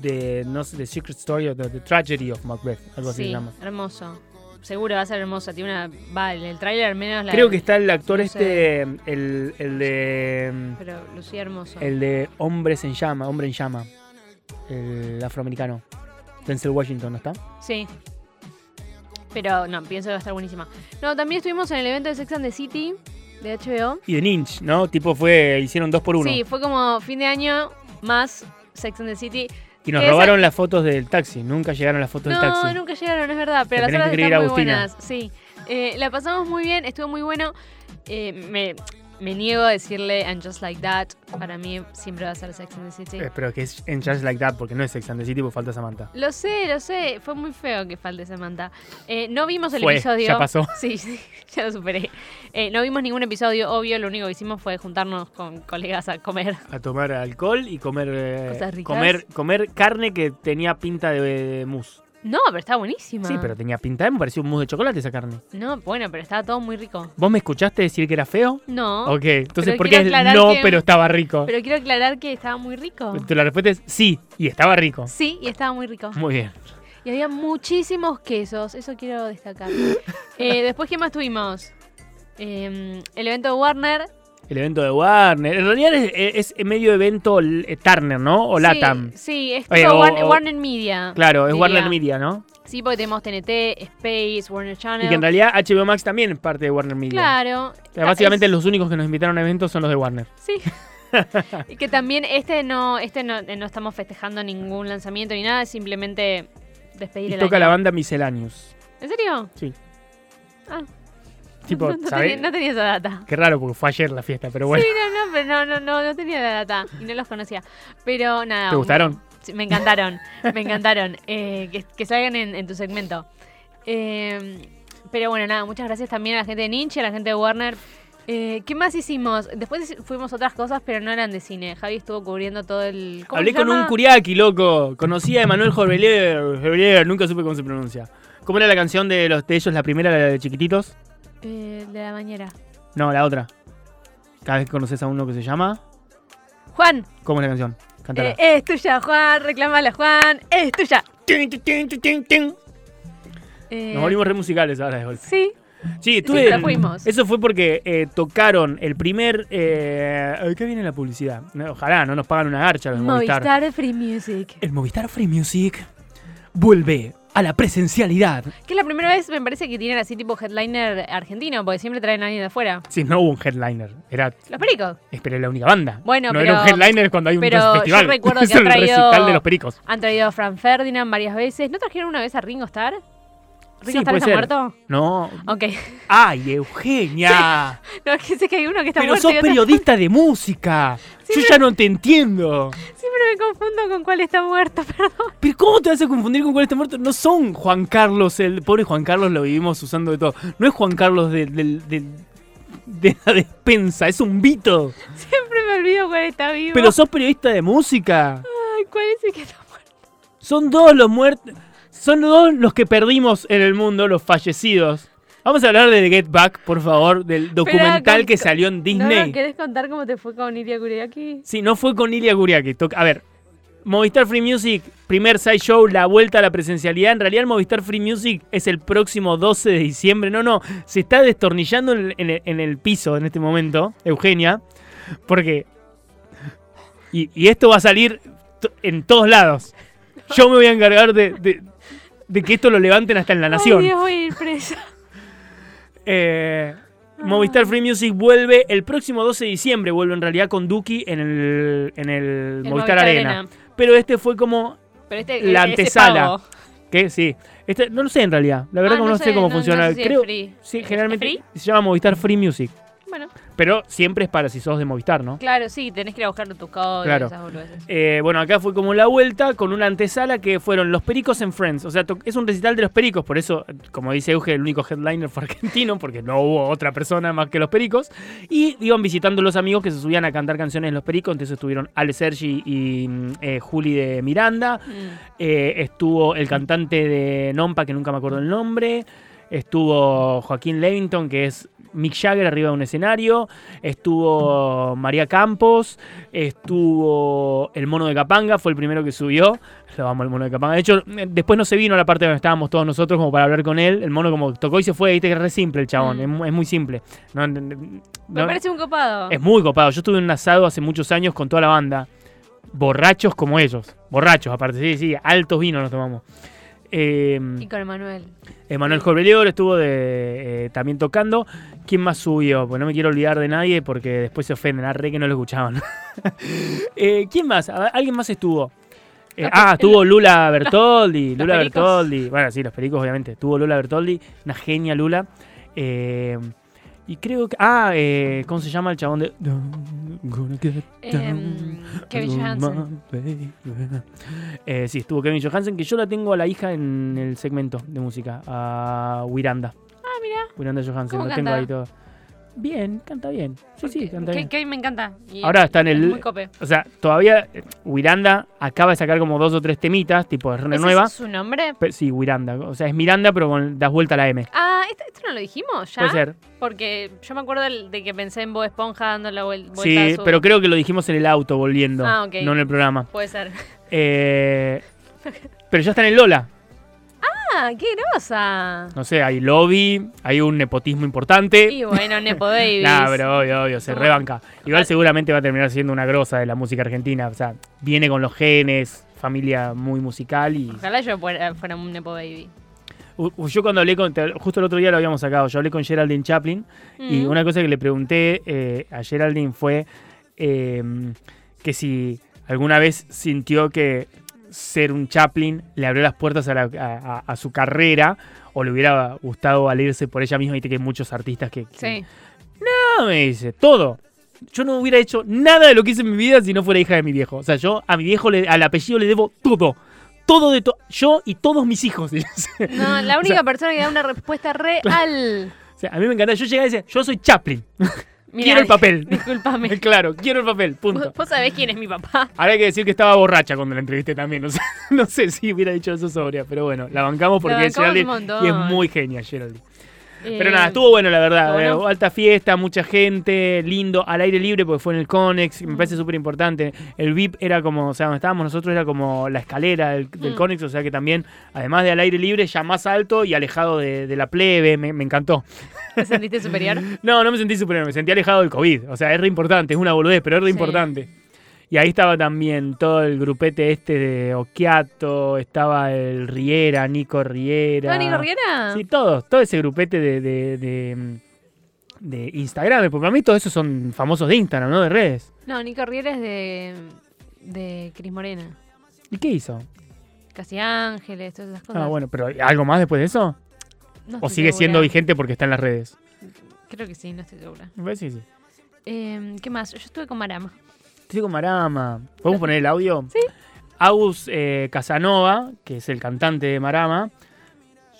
de no sé, The Secret Story o the, the Tragedy of Macbeth, algo así se Sí, llama. hermoso. Seguro va a ser hermosa. Tiene una. Va, el el tráiler al menos la. Creo que está el actor no sé. este, el, el de Pero lucía hermoso. el de Hombres en Llama, Hombre en Llama, el afroamericano. Denzel Washington, ¿no está? Sí. Pero no, pienso que va a estar buenísima. No, también estuvimos en el evento de Sex and the City de HBO. Y de Lynch, ¿no? Tipo fue, hicieron dos por uno. Sí, fue como fin de año más Sex and the City. y nos que esa- robaron las fotos del taxi, nunca llegaron las fotos No, del taxi. nunca llegaron, es verdad, pero Te las tenés horas que están escribir a muy buenas. Agustina. Sí, Eh, la pasamos muy bien, estuvo muy bueno. Eh, me, me niego a decirle And Just Like That. Para mí siempre va a ser Sex and the City. Eh, Pero que es en Just Like That, porque no es Sex and the City, porque falta Samantha. Lo sé, lo sé, fue muy feo que falte Samantha. Eh, no vimos el Fue, episodio. ya pasó. Sí, sí, ya lo superé. Eh, no vimos ningún episodio, obvio, lo único que hicimos fue juntarnos con colegas a comer. A tomar alcohol y comer eh, Cosas ricas. comer comer carne que tenía pinta de, de mousse. No, pero está buenísima. Sí, pero tenía pinta, me pareció un mousse de chocolate esa carne. No, bueno, pero estaba todo muy rico. ¿Vos me escuchaste decir que era feo? No, Ok, entonces Pero ¿por qué quiero es aclarar no, que- pero estaba rico? pero quiero aclarar que estaba muy rico. Entonces La respuesta es sí, y estaba rico. Sí, y estaba muy rico. Muy bien. Y había muchísimos quesos, eso quiero destacar. Eh, después, ¿qué más tuvimos? Eh, el evento de Warner. El evento de Warner. En realidad es, es medio evento eh, Turner, ¿no? O Sí, Latam. Sí, es Oye, tipo o- Warner, o- Warner Media. Claro, es diría. Warner Media, ¿no? Sí, porque tenemos TNT, Space, Warner Channel. Y que en realidad HBO Max también es parte de Warner Media. Claro. O sea, básicamente Es- los únicos que nos invitaron a eventos son los de Warner. Sí. y que también este no, este no, eh, no estamos festejando ningún lanzamiento ni nada, es simplemente despedir Y el toca año. la banda Miscellaneous. ¿En serio? Sí. Ah. Tipo, no, no ¿sabés? tenía, no tenía esa data. Qué raro porque fue ayer la fiesta, pero bueno. Sí, no, no, pero no, no, no, no tenía la data y no los conocía. Pero nada. ¿Te un- gustaron? Sí, me encantaron, me encantaron. Eh, que, que salgan en, en tu segmento. Eh, pero bueno, nada, muchas gracias también a la gente de Ninja, a la gente de Warner. Eh, ¿Qué más hicimos? Después fuimos a otras cosas, pero no eran de cine. Javi estuvo cubriendo todo el. ¿cómo Hablé se con llama? un curiaki, loco. Conocí a Emanuel Jorvelier, Jorvelier, nunca supe cómo se pronuncia. ¿Cómo era la canción de los de ellos, la primera, la de chiquititos? Eh, de la mañana. No, la otra. Cada vez que conoces a uno que se llama, Juan, ¿cómo es la canción? Cántala. eh, es tuya, Juan, reclámala, Juan, es tuya. Tin, tin, tin, tin, tin, tin. Eh, Nos volvimos re musicales ahora de golpe. Sí, Sí, estuve. ya fuimos. Eso fue porque eh, tocaron el primer. Eh, ay, ¿Qué viene la publicidad? No, ojalá no nos pagan una garcha los de Movistar. Movistar Free Music. El Movistar Free Music vuelve a la presencialidad. Que es la primera vez, me parece, que tienen así tipo headliner argentino, porque siempre traen a alguien de afuera. Sí, no hubo un headliner. Era Los pericos. Es, Pero era la única banda. Bueno, no pero- era un headliner cuando hay un pero yo festival. recuerdo que es ha el traído- recital de los pericos. Han traído a Fran Ferdinand varias veces. ¿No trajeron una vez a Ringo Starr? ¿Ringo Sí, Starr puede está ser. muerto? No. Ok. ¡Ay, Eugenia! No, es que sé que hay uno que está pero muerto. sos y otro- periodista de música. Sí, Yo pero- ya no te entiendo. Siempre me confundo con con cuál está muerto, perdón. Pero ¿cómo te vas a confundir con cuál está muerto? No son Juan Carlos, el pobre Juan Carlos lo vivimos usando de todo. No es Juan Carlos de, de- de- de la despensa, es un Vito. Siempre me olvido cuál está vivo. Pero sos periodista de música. Ay, ¿Cuál es el que está muerto? Son dos los muertos. Son dos los que perdimos en el mundo, los fallecidos. Vamos a hablar de The Get Back, por favor, del documental con- que salió en Disney. ¿No, no querés contar cómo te fue con Iria Kuriaki? Sí, no fue con Ilia Guriaki. Toc- A ver, Movistar Free Music, primer sideshow, la vuelta a la presencialidad. En realidad, el Movistar Free Music es el próximo 12 de diciembre. No, no, se está destornillando en el, en el- en el piso en este momento, Eugenia, porque. Y, y esto va a salir to- en todos lados. Yo me voy a encargar de, de- de que esto lo levanten hasta en la nación. Ay, Dios, voy a ir presa. Eh, Movistar Free Music vuelve el próximo 12 de diciembre, vuelve en realidad con Duki en el, en el, Movistar, Movistar Arena. Arena. Pero este fue como, Pero este, La ese antesala. pavo. ¿qué? Sí. Este, no lo sé en realidad, la verdad Ah, como no, sé, cómo funciona. sé si es Creo, free. sí, ¿Es generalmente free? se llama Movistar Free Music, Bueno, pero siempre es para si sos de Movistar, ¿no? claro, sí, tenés que ir a buscar tus códigos Claro. esas boludeces. Eh, bueno, acá fue como la vuelta con una antesala que fueron Los Pericos en Friends. O sea, to- es un recital de Los Pericos, por eso, como dice Euge, el único headliner fue argentino, porque no hubo otra persona más que Los Pericos. Y iban visitando los amigos que se subían a cantar canciones de Los Pericos. Entonces estuvieron Ale Sergi y mm, eh, Juli de Miranda. Mm. Eh, estuvo el cantante de Nompa, que nunca me acuerdo el nombre. Estuvo Joaquín Levington, que es Mick Jagger arriba de un escenario. Estuvo María Campos. Estuvo el mono de Capanga, fue el primero que subió. Lo amo el mono de Capanga. De hecho, eh, después no se vino a la parte donde estábamos todos nosotros como para hablar con él. El mono como tocó y se fue, viste que es re simple el chabón. Mm. Es, mu- es muy simple. No, no, no, Me no- parece un copado. es muy copado. Yo estuve en un asado hace muchos años con toda la banda. Borrachos como ellos. Borrachos, aparte, sí, sí. Altos vinos nos tomamos. Eh, Y con Emanuel. Emanuel Jobrelior estuvo de, eh, también tocando. ¿Quién más subió? Pues no me quiero olvidar de nadie porque después se ofenden. Arre que no lo escuchaban. Eh, ¿Quién más? A- ¿Alguien más estuvo? Eh, Los pe- ah, estuvo Lula Bertoldi. los Lula pericos. Bertoldi. Bueno, sí, los pericos, obviamente. Estuvo Lula Bertoldi, una genia Lula. Eh, y creo que. Ah, eh, ¿cómo se llama el chabón de. Mm. Em, Kevin Johansen. Eh, sí, estuvo Kevin Johansen, que yo la tengo a la hija en el segmento de música, a Wiranda. Ah, mira. Wiranda Johansen, ¿Cómo la tengo canta? ahí todo. Bien, canta bien. Sí, sí, canta bien. Kevin me encanta. Y Ahora está en es el- Muy cope. O sea, todavía eh, Wiranda acaba de sacar como dos o tres temitas, tipo de ¿Ese nueva. es su nombre? Pero sí, Wiranda. O sea, es Miranda, pero con, das vuelta a la M. Ah, ¿esto, esto no lo dijimos ya? Puede ser. Porque yo me acuerdo del- de que pensé en Bob Esponja dando la vuel- vuelta Sí, a su... pero creo que lo dijimos en el auto volviendo, Ah, ok. no en el programa. Puede ser. Eh, pero ya está en el Lola. Ah, qué grosa. No sé, hay lobby, hay un nepotismo importante. Y bueno, Nepo Davis. Nah, pero obvio, obvio, se Como- rebanca. Igual Ah. seguramente va a terminar siendo una grosa de la música argentina. O sea, viene con los genes, familia muy musical y. Ojalá yo fuera, fuera un Nepo Baby. U- u- Yo cuando hablé con. te- Justo el otro día lo habíamos sacado. Yo hablé con Geraldine Chaplin y Mm. una cosa que le pregunté eh, a Geraldine fue eh, que si alguna vez sintió que ser un Chaplin le abrió las puertas a, la- a- a- a su carrera o le hubiera gustado valirse por ella misma. Viste que hay muchos artistas que, que- Sí. Ah, me dice, todo. Yo no hubiera hecho nada de lo que hice en mi vida si no fuera hija de mi viejo. O sea, yo a mi viejo, le- al apellido le debo todo. Todo de todo. Yo y todos mis hijos. o No, la única persona que da una respuesta real. sea, a mí me encanta. Yo llegué a decir, yo soy Chaplin. Mirá, quiero el papel. Disculpame. claro, quiero el papel. Punto. ¿Vos, vos sabés quién es mi papá. Ahora hay que decir que estaba borracha cuando la entrevisté también. O sea, no sé si hubiera dicho eso sobria, pero bueno, la bancamos porque bancamos un Geraldine- montón. y es muy genia, Geraldine. Pero Eh, nada, estuvo bueno la verdad. estuvo bueno. Eh, Alta fiesta, mucha gente, lindo, al aire libre porque fue en el Conex, me parece súper importante. El VIP era como, o sea, donde estábamos nosotros era como la escalera del, del Mm. Conex, o sea que también, además de al aire libre, ya más alto y alejado de, de la plebe, me, me encantó. ¿Te sentiste superior? No, no me sentí superior, me sentí alejado del COVID. O sea, es re importante, es una boludez, pero es re Sí. importante. Y ahí estaba también todo el grupete este de Okiato, estaba el Riera, Nico Riera. ¿No, Nico Riera? Sí, todos, todo ese grupete de, de, de, mm, de Instagram, porque para mí todos esos son famosos de Instagram, no de redes. No, Nico Riera es de, de Cris Morena. ¿Y qué hizo? Casi Ángeles, todas esas cosas. Ah, bueno, pero ¿algo más después de eso? No ¿O estoy sigue siendo segura. vigente porque está en las redes? Creo que sí, no estoy segura. Me parece que sí. Eh, ¿Qué más? Yo estuve con Marama. Estoy con Marama. ¿Podemos poner el audio? Sí. Agus eh, Casanova, que es el cantante de Marama,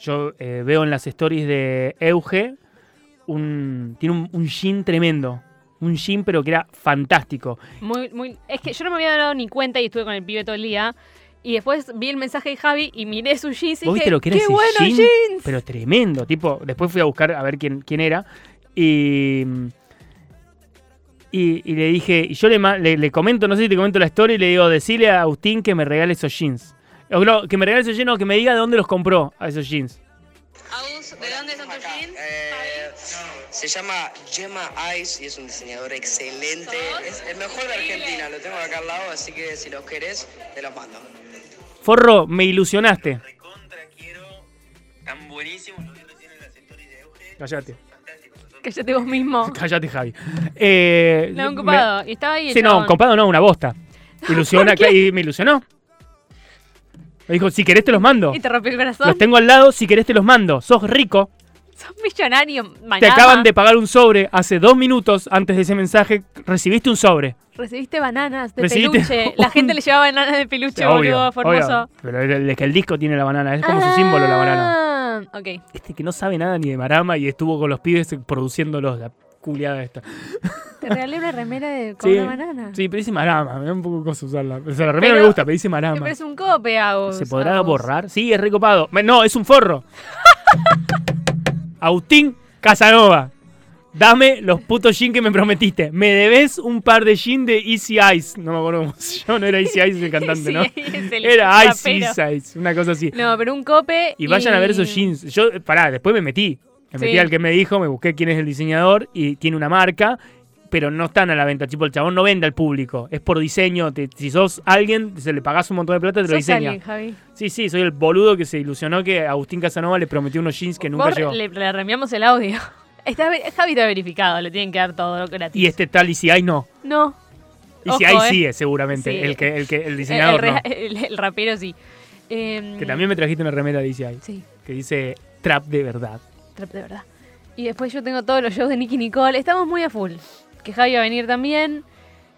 yo eh, veo en las stories de Euge, un, tiene un, un jean tremendo. Un jean, pero que era fantástico. Muy, muy, es que yo no me había dado ni cuenta y estuve con el pibe todo el día. Y después vi el mensaje de Javi y miré sus jeans y ¿Vos dije, viste lo que era ¡qué ese bueno jean? jeans! Pero tremendo, tipo, después fui a buscar a ver quién, quién era y, y, y le dije, y yo le, ma- le, le comento, no sé si te comento la historia y le digo, decile a Agustín que me regale esos jeans. O no, que me regale esos jeans, no, que me diga de dónde los compró a esos jeans. Agus, ¿de dónde son tus Acá, jeans? eh, se llama Gemma Ice y es un diseñador excelente. Es el mejor de Argentina, lo tengo acá al lado, así que si los querés, te los mando. Forro, me ilusionaste. Recontra quiero. Tan buenísimos los que tienen las stories de Euge. Cállate, Cállate vos mismo. cállate, Javi. Eh, No, un me- copado. Y estaba ahí el Sí, no, chabón. copado no, una bosta. Ilusiona, qué? y me ilusionó. Me dijo, si querés te los mando. Y te rompió el corazón. Los tengo al lado, si querés te los mando. Sos rico. Sos millonario. Te Banana. acaban de pagar un sobre hace dos minutos antes de ese mensaje. Recibiste un sobre. Recibiste bananas de Recibiste peluche. un- La gente le llevaba bananas de peluche, boludo. Formoso. Pero el- es que el disco tiene la banana. Es como su símbolo la banana. Ah, Ok. Este que no sabe nada ni de marama y estuvo con los pibes produciéndolos. La culiada esta. Te regalé una remera de, con Sí, una banana. sí, pero dice marama. Me da un poco de cosa usarla. O sea, la remera Pero- me gusta, pero dice Te marama. parece un cope, Agus. ¿Se podrá Agus. borrar? Sí, es recopado. Me- No, es un forro. Agustín Casanova. Dame los putos jeans que me prometiste. Me debes un par de jeans de Easy Ice. No me acuerdo cómo se llama, no era Easy Ice el cantante, Sí, ¿no? es el Era Ice rapero. Easy Ice, una cosa así. No, pero un cope. Y vayan a ver esos jeans. Yo, eh, pará, después me metí. Me Sí. metí al que me dijo, me busqué quién es el diseñador y tiene una marca, pero no están a la venta. Tipo, el chabón no vende al público. Es por diseño. te- si sos alguien, se le pagás un montón de plata, te lo Sos diseña. alguien, Javi. Sí, sí, soy el boludo que se ilusionó que Agustín Casanova le prometió unos jeans que nunca Por- llegó. Le, le reenviamos el audio. Está, ve- Javi está verificado, le tienen que dar todo gratis. Y este tal ICI no. No. Ojo, ICI eh. sigue, seguramente. Sí. El, que, el, que, el El, el diseñador re- no. el- el rapero sí. Em, Que también me trajiste una remera de ICI Sí, que dice trap de verdad. trap de verdad. Y después yo tengo todos los shows de Nicky Nicole. Estamos muy a full. Que Javi va a venir también.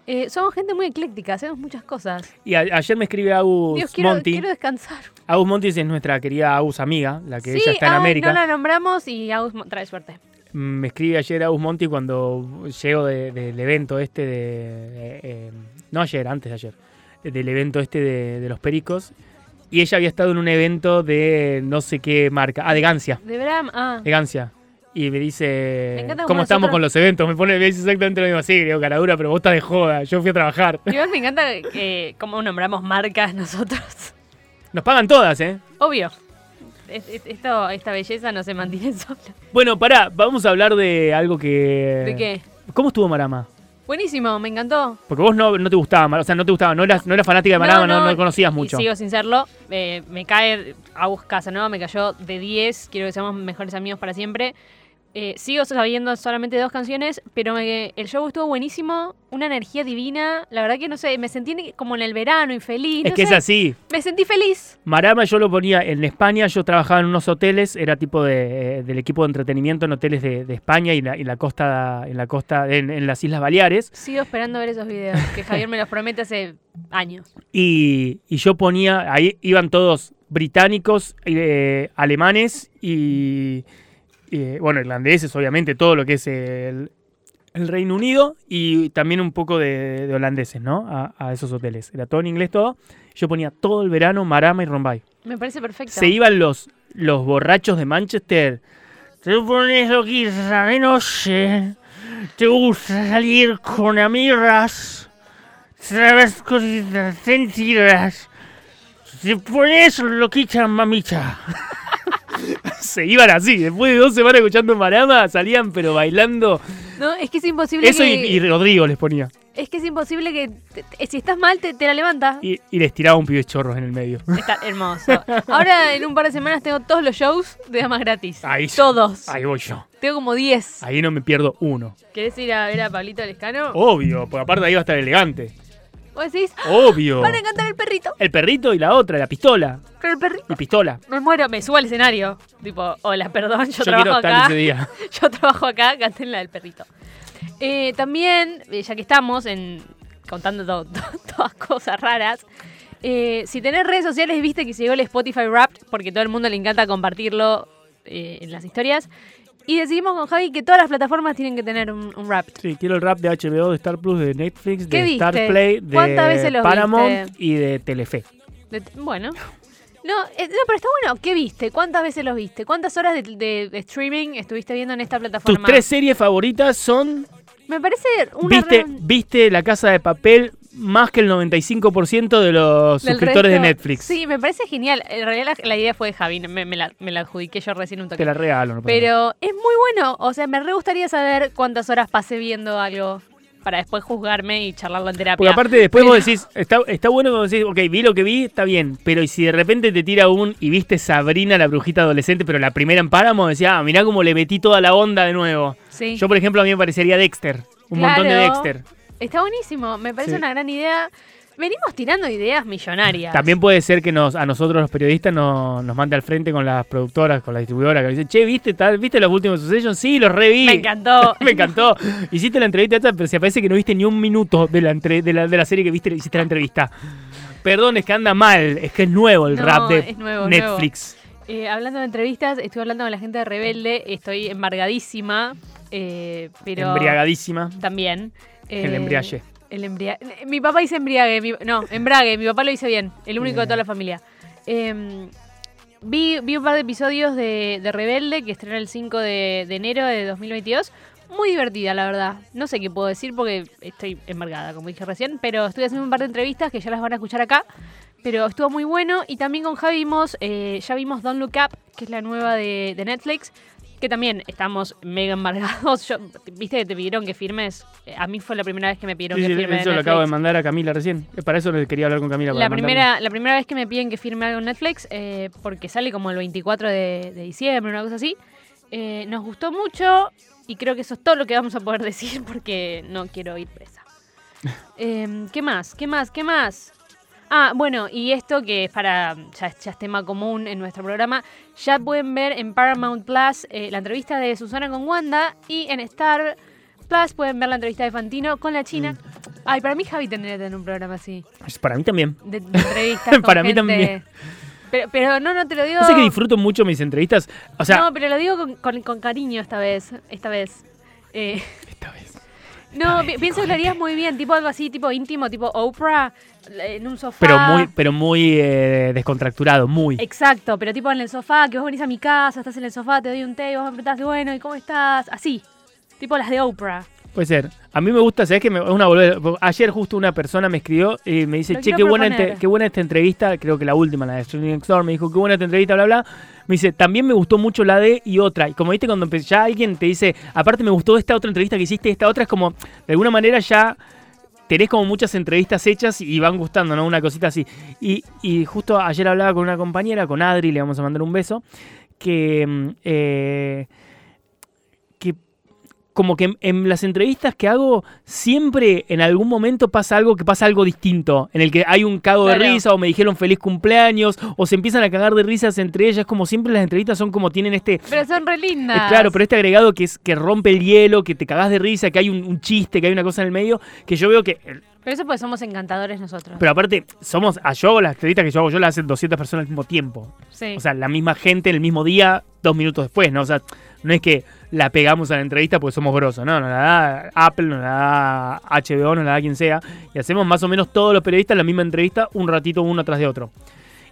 Eh, somos gente muy ecléctica, hacemos muchas cosas. Y a- ayer me escribe Agus Dios, quiero, Monti. quiero descansar. Agus Monti es nuestra querida Agus amiga, la que sí, ella está en ay, América. no la nombramos y Agus mo- trae suerte. Me escribe ayer Agus Monti cuando llego de- del evento este de. eh, eh, no ayer, antes de ayer. eh, Del evento este de, de los pericos. Y ella había estado en un evento de no sé qué marca. Ah, de Gancia. De Bram, ah. Elegancia. Y me dice, Me encanta cómo ¿cómo estamos nosotros- con los eventos? Me pone me dice exactamente lo mismo. Sí, digo, caradura, pero vos estás de joda. Yo fui a trabajar. Igual me encanta eh, cómo nombramos marcas nosotros. Nos pagan todas, ¿eh? Obvio. Es- es- esto, esta belleza no se mantiene sola. Bueno, pará, vamos a hablar de algo que... ¿De qué? ¿Cómo estuvo Marama? Buenísimo, me encantó. Porque vos no, no te gustaba, Mar- o sea, no te gustaba, no eras, no eras fanática de Marama, no, no, conocías y mucho. sigo sin serlo. Eh, me cae Agus Casanova, me cayó de 10. Quiero que seamos mejores amigos para siempre. Eh, sigo sabiendo solamente dos canciones, pero me- el show estuvo buenísimo. Una energía divina. La verdad que no sé, me sentí como en el verano y feliz. es no que es sé, así. Me sentí feliz. Marama yo lo ponía en España, yo trabajaba en unos hoteles, era tipo de, eh, del equipo de entretenimiento en hoteles de, de España y la, y la costa, en la costa, en- en las Islas Baleares. Sigo esperando ver esos videos que Javier me los promete hace años. Y, y yo ponía, ahí iban todos británicos, eh, alemanes y, eh, bueno, irlandeses, obviamente, todo lo que es el, el Reino Unido y también un poco de, de holandeses, ¿no? A, a esos hoteles. Era todo en inglés, todo. Yo ponía todo el verano Marama y Rombay. Me parece perfecto. Se iban los, los borrachos de Manchester. Te pones lo que de noche. Te gusta salir con amigas. Sabes cosas sentidas. Te pones loquita, mamita. Se iban así. Después de dos semanas escuchando Marama, salían pero bailando. No, es que es imposible Eso y, que... y Rodrigo les ponía. Es que es imposible que. te- te- si estás mal, te, te la levanta. Y, y les tiraba un pibe chorros en el medio. Está hermoso. Ahora, en un par de semanas, tengo todos los shows de damas gratis. Ahí- todos. Ahí voy yo. Tengo como 10. Ahí no me pierdo uno. ¿Querés ir a ver a Pablito Lescano? Oh. Obvio, porque aparte ahí va a estar elegante. Vos decís, Oh. Obvio. van a encantar el perrito. El perrito y la otra, la pistola. Pero el perrito. Mi pistola. Me muero, me subo al escenario. Tipo, hola, perdón, yo, Yo, quiero trabajo estar acá. ese día. Yo trabajo acá, canten la del perrito. Eh, también, eh, ya que estamos en contando to- to- todas cosas raras, eh, si tenés redes sociales, viste que llegó el Spotify Wrapped, porque todo el mundo le encanta compartirlo eh, en las historias. Y decidimos con Javi que todas las plataformas tienen que tener un, un Wrapped. Sí, quiero el rap de HBO, de Star Plus, de Netflix, ¿Qué de viste? Star Play, de ¿Cuántas veces los Paramount viste? y de Telefe. De- bueno. No, eh, no, pero está bueno. ¿Qué viste? ¿Cuántas veces los viste? ¿Cuántas horas de, de- de streaming estuviste viendo en esta Tus plataforma? tres series favoritas son Me parece una viste re- viste La Casa de Papel más que el 95% de los del suscriptores de resto. Netflix. Sí, me parece genial. En realidad la, la idea fue de Javi, me, me la, me la adjudiqué yo recién un toque. Te la regalo, no pasa nada. Pero es muy bueno. O sea, me re gustaría saber cuántas horas pasé viendo algo para después juzgarme y charlarlo en terapia. Porque aparte después Pero- vos decís, está, está bueno cuando decís, ok, vi lo que vi, está bien, pero y si de repente te tira un y viste Sabrina la brujita adolescente, pero la primera en Páramo, decía, ah, mirá cómo le metí toda la onda de nuevo. Sí. Yo, por ejemplo, a mí me parecería Dexter, un montón de Claro. Dexter. Está buenísimo. Me parece Sí. una gran idea. Venimos tirando ideas millonarias. También puede ser que nos, a nosotros los periodistas no- nos mande al frente con las productoras, con las distribuidoras, que dicen, che, ¿viste tal? ¿Viste los últimos Succession? Sí, los reví. Me encantó. Me encantó. Hiciste la entrevista esta, pero se parece que no viste ni un minuto de la, entre- de la, de la serie que viste, hiciste la entrevista. Perdón, es que anda mal. Es que es nuevo el No, rap de es nuevo, Netflix. Eh, hablando de entrevistas, estoy hablando con la gente de Rebelde. Estoy embargadísima. eh, pero Embriagadísima. También. El Eh, embriague. El embria- eh, Mi papá dice embriague. mi- No, embrague. Mi papá lo dice bien. El único de toda la familia. Eh, vi, vi un par de episodios de, de Rebelde que estrena el 5 de, de enero de 2022. Muy divertida, la verdad. No sé qué puedo decir porque estoy embargada, como dije recién. Pero estoy haciendo un par de entrevistas que ya las van a escuchar acá. Pero estuvo muy bueno. Y también con Javi vimos, eh, ya vimos Don't Look Up, que es la nueva de, de Netflix. Que también estamos mega embargados. Yo- Viste que te pidieron que firmes. Eh, A mí fue la primera vez que me pidieron Sí, que sí, firme. de eso lo acabo de Netflix. mandar a Camila recién. Eh, Para eso le quería hablar con Camila. para La mandarle. primera, la primera vez que me piden que firme algo en Netflix, eh, porque sale como el 24 de, de diciembre, una cosa así, eh, nos gustó mucho y creo que eso es todo lo que vamos a poder decir porque no quiero ir presa. Em, ¿Qué más? ¿Qué más? ¿Qué más? Ah, bueno, y esto que es para, ya, es- ya es tema común en nuestro programa, ya pueden ver en Paramount Plus eh, la entrevista de Susana con Wanda y en Star Plus pueden ver la entrevista de Fantino con la China. Ay, para mí Javi tendría que tener un programa así Es Para mí también. de, de entrevistas. con Para mí gente. también. Pero, pero no, no te lo digo. No sé que disfruto mucho mis entrevistas. O sea, no, pero lo digo con, con- con cariño esta vez. Esta vez. Eh, esta vez. no, bien, pi- pienso que lo harías muy bien, tipo algo así, tipo íntimo, tipo Oprah, eh, en un sofá. Pero muy, pero muy eh, descontracturado, muy. Exacto, pero tipo en el sofá, que vos venís a mi casa, estás en el sofá, te doy un té y vos me preguntás, bueno, ¿y cómo estás? Así. Tipo las de Oprah. Puede ser. A mí me gusta, ¿sabes que me, es una boludez. Ayer justo una persona me escribió y me dice, Lo che, quiero qué buena, proponer. ente- qué buena esta entrevista, creo que la última, la de Streaming Next Door, me dijo, qué buena esta entrevista, bla, bla. Me dice, también me gustó mucho la de y otra. Y como viste, cuando empe- ya alguien te dice, aparte me gustó esta otra entrevista que hiciste, esta otra es como, de alguna manera ya tenés como muchas entrevistas hechas y van gustando, ¿no? Una cosita así. Y, y justo ayer hablaba con una compañera, con Adri, le vamos a mandar un beso, que... mm, eh, que como que en, en las entrevistas que hago, siempre en algún momento pasa algo que pasa algo distinto, en el que hay un cago de Claro. risa o me dijeron feliz cumpleaños o se empiezan a cagar de risas entre ellas, como siempre las entrevistas son como tienen este... Pero son re lindas. eh, Claro, pero este agregado que es que rompe el hielo, que te cagás de risa, que hay un, un chiste, que hay una cosa en el medio, que yo veo que eh, Pero eso porque somos encantadores nosotros. pero aparte, somos. ah, Yo hago las entrevistas que yo hago, yo las hacen 200 personas al mismo tiempo. sí. O sea, la misma gente en el mismo día, dos minutos después, ¿no? O sea, no es que la pegamos a la entrevista porque somos grosos, no, nos la da Apple, nos la da HBO, nos la da quien sea. Y hacemos más o menos todos los periodistas la misma entrevista, un ratito uno tras de otro.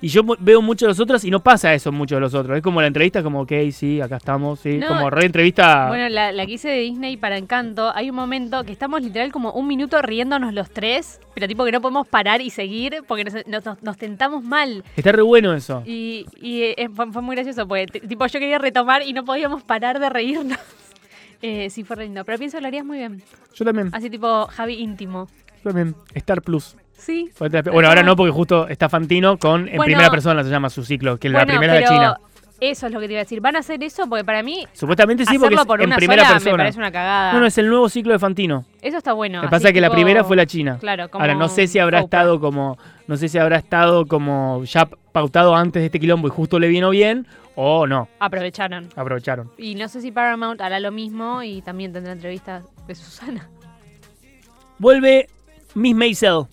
Y yo mu- veo mucho de los otros y no pasa eso en muchos de los otros. Es como la entrevista, como, ok, sí, acá estamos, sí. No, como re entrevista. Bueno, la, la que hice de Disney para Encanto, hay un momento que estamos literal como un minuto riéndonos los tres, pero tipo que no podemos parar y seguir porque nos, nos- nos- nos tentamos mal. Está re bueno eso. Y, y, eh, fue, fue muy gracioso porque t- tipo yo quería retomar y no podíamos parar de reírnos. Eh, sí, fue re lindo. Pero pienso que lo harías muy bien. Yo también, Así tipo Javi íntimo. yo también. Star Plus. Sí. Fue terapia- Bueno, ahora no, porque justo está Fantino con en Bueno, primera persona se llama su ciclo, que la Bueno, primera de pero China. Eso es lo que te iba a decir. ¿Van a hacer eso? Porque para mí, Supuestamente sí, porque hacerlo es por en una primera sola me persona. parece una cagada. no, no, es el nuevo ciclo de Fantino. Eso está bueno. Lo que pasa es que la primera fue la China. Claro, como ahora no sé si habrá Oprah. estado como no sé si habrá estado como ya pautado antes de este quilombo y justo le vino bien o no, Aprovecharon. aprovecharon. Y no sé si Paramount hará lo mismo y también tendrá entrevistas de Susana. Vuelve Miss Maisel.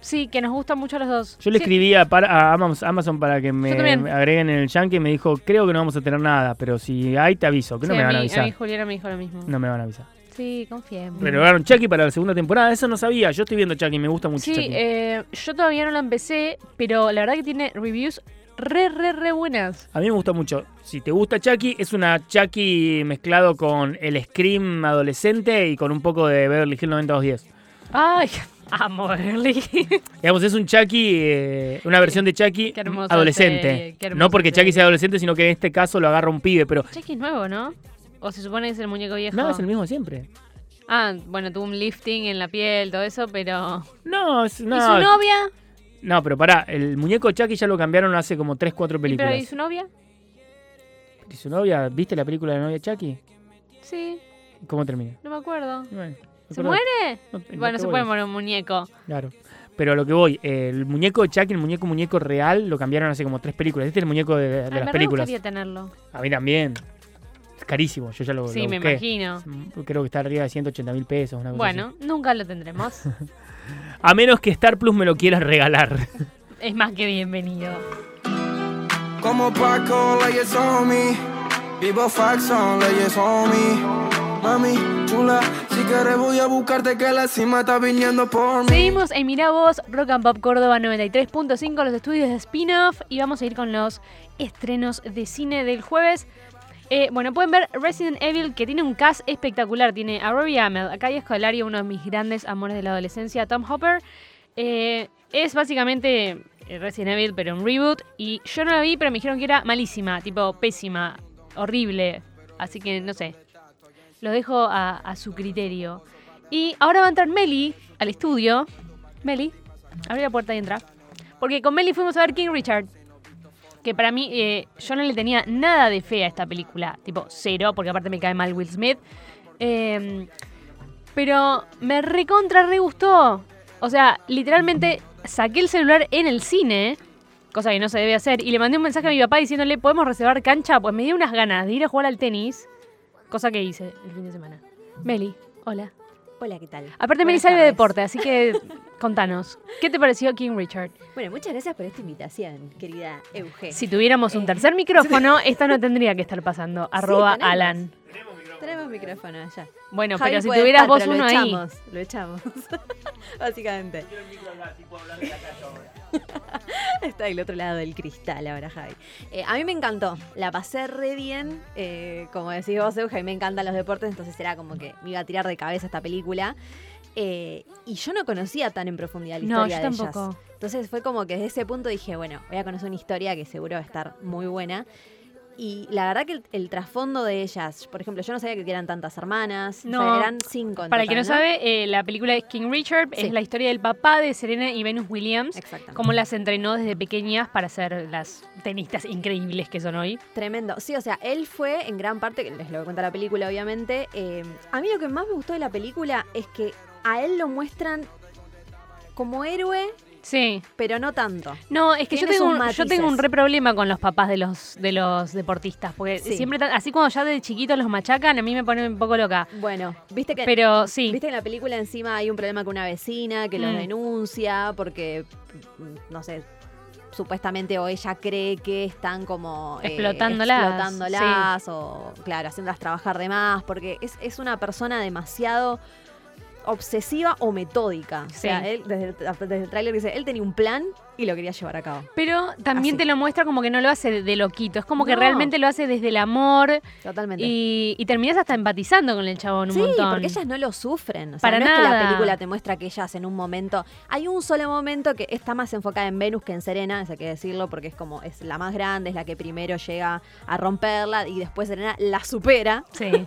Sí, que nos gustan mucho los dos. Yo le Sí. escribí a, par- a Amaz- Amazon para que me también. agreguen en el yankee y me dijo, creo que no vamos a tener nada, pero si hay te aviso, que no Sí, me van mí, a mí avisar. Juliana me dijo lo mismo. No me van a avisar. Sí, confiemos. Renovaron Chucky para la segunda temporada, eso no sabía. Yo estoy viendo Chucky, me gusta mucho Sí, Chucky. eh, yo todavía no la empecé, pero la verdad que tiene reviews re, re, re buenas. A mí me gusta mucho. Si te gusta Chucky, es una Chucky mezclado con el Scream adolescente y con un poco de Beverly Hills 90210. Ay, amo Beverly. Digamos, es un Chucky, eh, una versión de Chucky Qué hermosa adolescente. serie, qué hermosa no porque Chucky serie. sea adolescente, sino que en este caso lo agarra un pibe, pero... Chucky es nuevo, ¿no? O se supone que es el muñeco viejo. No, es el mismo de siempre. Ah, bueno, tuvo un lifting en la piel, todo eso, pero... No, es, no, ¿Y su novia? No, pero pará, el muñeco Chucky ya lo cambiaron hace como 3, 4 ¿Y, pero, películas. ¿Y su novia? ¿Y su novia? ¿Viste la película de la novia Chucky? Sí, ¿Cómo termina? no me acuerdo. Y bueno, ¿Se recuerdo- muere? no, no Bueno, te se voy. puede morir un muñeco. Claro. Pero a lo que voy, el muñeco Chucky, el muñeco muñeco real, lo cambiaron hace como 3 películas. Este es el muñeco de, de Ay, las me re películas. gustaría tenerlo. A mí también. Es carísimo, yo ya lo, sí, lo me busqué. imagino. Creo que está arriba de 180 mil pesos. Una cosa Bueno, nunca lo tendremos. así. A menos que Star Plus me lo quiera regalar. es más que bienvenido. Como Paco, leyes on me. Vivo Faxon, leyes on me. Mami, chula, si quieres voy a buscarte que la cima está viniendo por mí. Seguimos en Mirá Vos, Rock and Pop Córdoba 93.5, los estudios de spin-off y vamos a ir con los estrenos de cine del jueves. Eh, bueno, pueden ver Resident Evil que tiene un cast espectacular. Tiene a Robbie Amell, a Kai Escolario, uno de mis grandes amores de la adolescencia, a Tom Hopper. Eh, es básicamente eh, Resident Evil pero un reboot y yo no la vi pero me dijeron que era malísima, tipo pésima, horrible. Así que no sé, lo dejo a, a su criterio. Y ahora va a entrar Meli al estudio. Meli, abre la puerta y entra. Porque con Meli fuimos a ver King Richard. Que para mí, eh, yo no le tenía nada de fe a esta película. Tipo, cero, porque aparte me cae mal Will Smith. Eh, pero me recontra re gustó. O sea, literalmente saqué el celular en el cine, cosa que no se debe hacer, y le mandé un mensaje a mi papá diciéndole, ¿podemos reservar cancha? Pues me dio unas ganas de ir a jugar al tenis, cosa que hice el fin de semana. Meli, hola. Hola, ¿qué tal? Aparte, Meli Buenas sabe de tardes. deporte, así que contanos. ¿Qué te pareció King Richard? Bueno, muchas gracias por esta invitación, querida Euge. Si tuviéramos un tercer micrófono, esta no tendría que estar pasando. Arroba Eh, tenemos. Alan. Tenemos micrófono allá. Bueno, Javi pero si puede tuvieras estar, vos pero uno lo ahí. echamos, Lo echamos, básicamente. Está del otro lado del cristal ahora, Javi. Eh, a mí me encantó, la pasé re bien. eh, como decís vos, Euge, a mí me encantan los deportes, entonces era como que me iba a tirar de cabeza esta película. Eh, y yo no conocía tan en profundidad la No, historia yo de ellas. tampoco. Entonces fue como que desde ese punto dije, bueno, voy a conocer una historia que seguro va a estar muy buena. Y la verdad que el, el trasfondo de ellas, por ejemplo, yo no sabía que eran tantas hermanas, No. o sea, eran cinco. en Para el que no total, sabe, eh, la película es King Richard, Sí. es la historia del papá de Serena y Venus Williams, Exactamente. cómo las entrenó desde pequeñas para ser las tenistas increíbles que son hoy. Tremendo. Sí, o sea, él fue en gran parte, les lo cuenta la película, obviamente. eh, a mí lo que más me gustó de la película es que a él lo muestran como héroe, Sí. pero no tanto. No, es que yo Tiene tengo, sus un, yo tengo un matices. re problema con los papás de los, de los deportistas, porque Sí. siempre, tan- así cuando ya de chiquitos los machacan, a mí me pone un poco loca. Bueno, viste que Pero sí. Viste que en la película encima hay un problema con una vecina que los Mm. denuncia porque, mm, no sé, supuestamente o ella cree que están como... eh, Explotándolas, explotándolas o, claro, haciéndolas trabajar de más porque es, es una persona demasiado obsesiva o metódica. O Sí. sea, él, desde, el tra- desde el tráiler dice, él tenía un plan y lo quería llevar a cabo. Pero también Así. te lo muestra como que no lo hace de- de loquito, es como que No. realmente lo hace desde el amor Totalmente. y, y terminas hasta empatizando con el chabón un Sí, montón. porque ellas no lo sufren. O sea, Para no es que nada. la película te muestra que ellas en un momento. Hay un solo momento que está más enfocada en Venus que en Serena, eso hay que decirlo, porque es como es la más grande, es la que primero llega a romperla y después Serena la supera. Sí.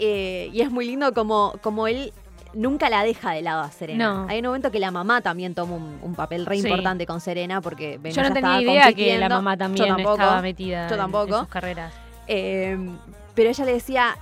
Eh, y es muy lindo como, como él nunca la deja de lado a Serena. No. Hay un momento que la mamá también toma un, un papel re Sí. importante con Serena porque Venus Yo no ya tenía estaba idea que la compitiendo. mamá también Yo tampoco. estaba metida Yo en- En, tampoco. sus carreras. Eh, pero ella le decía,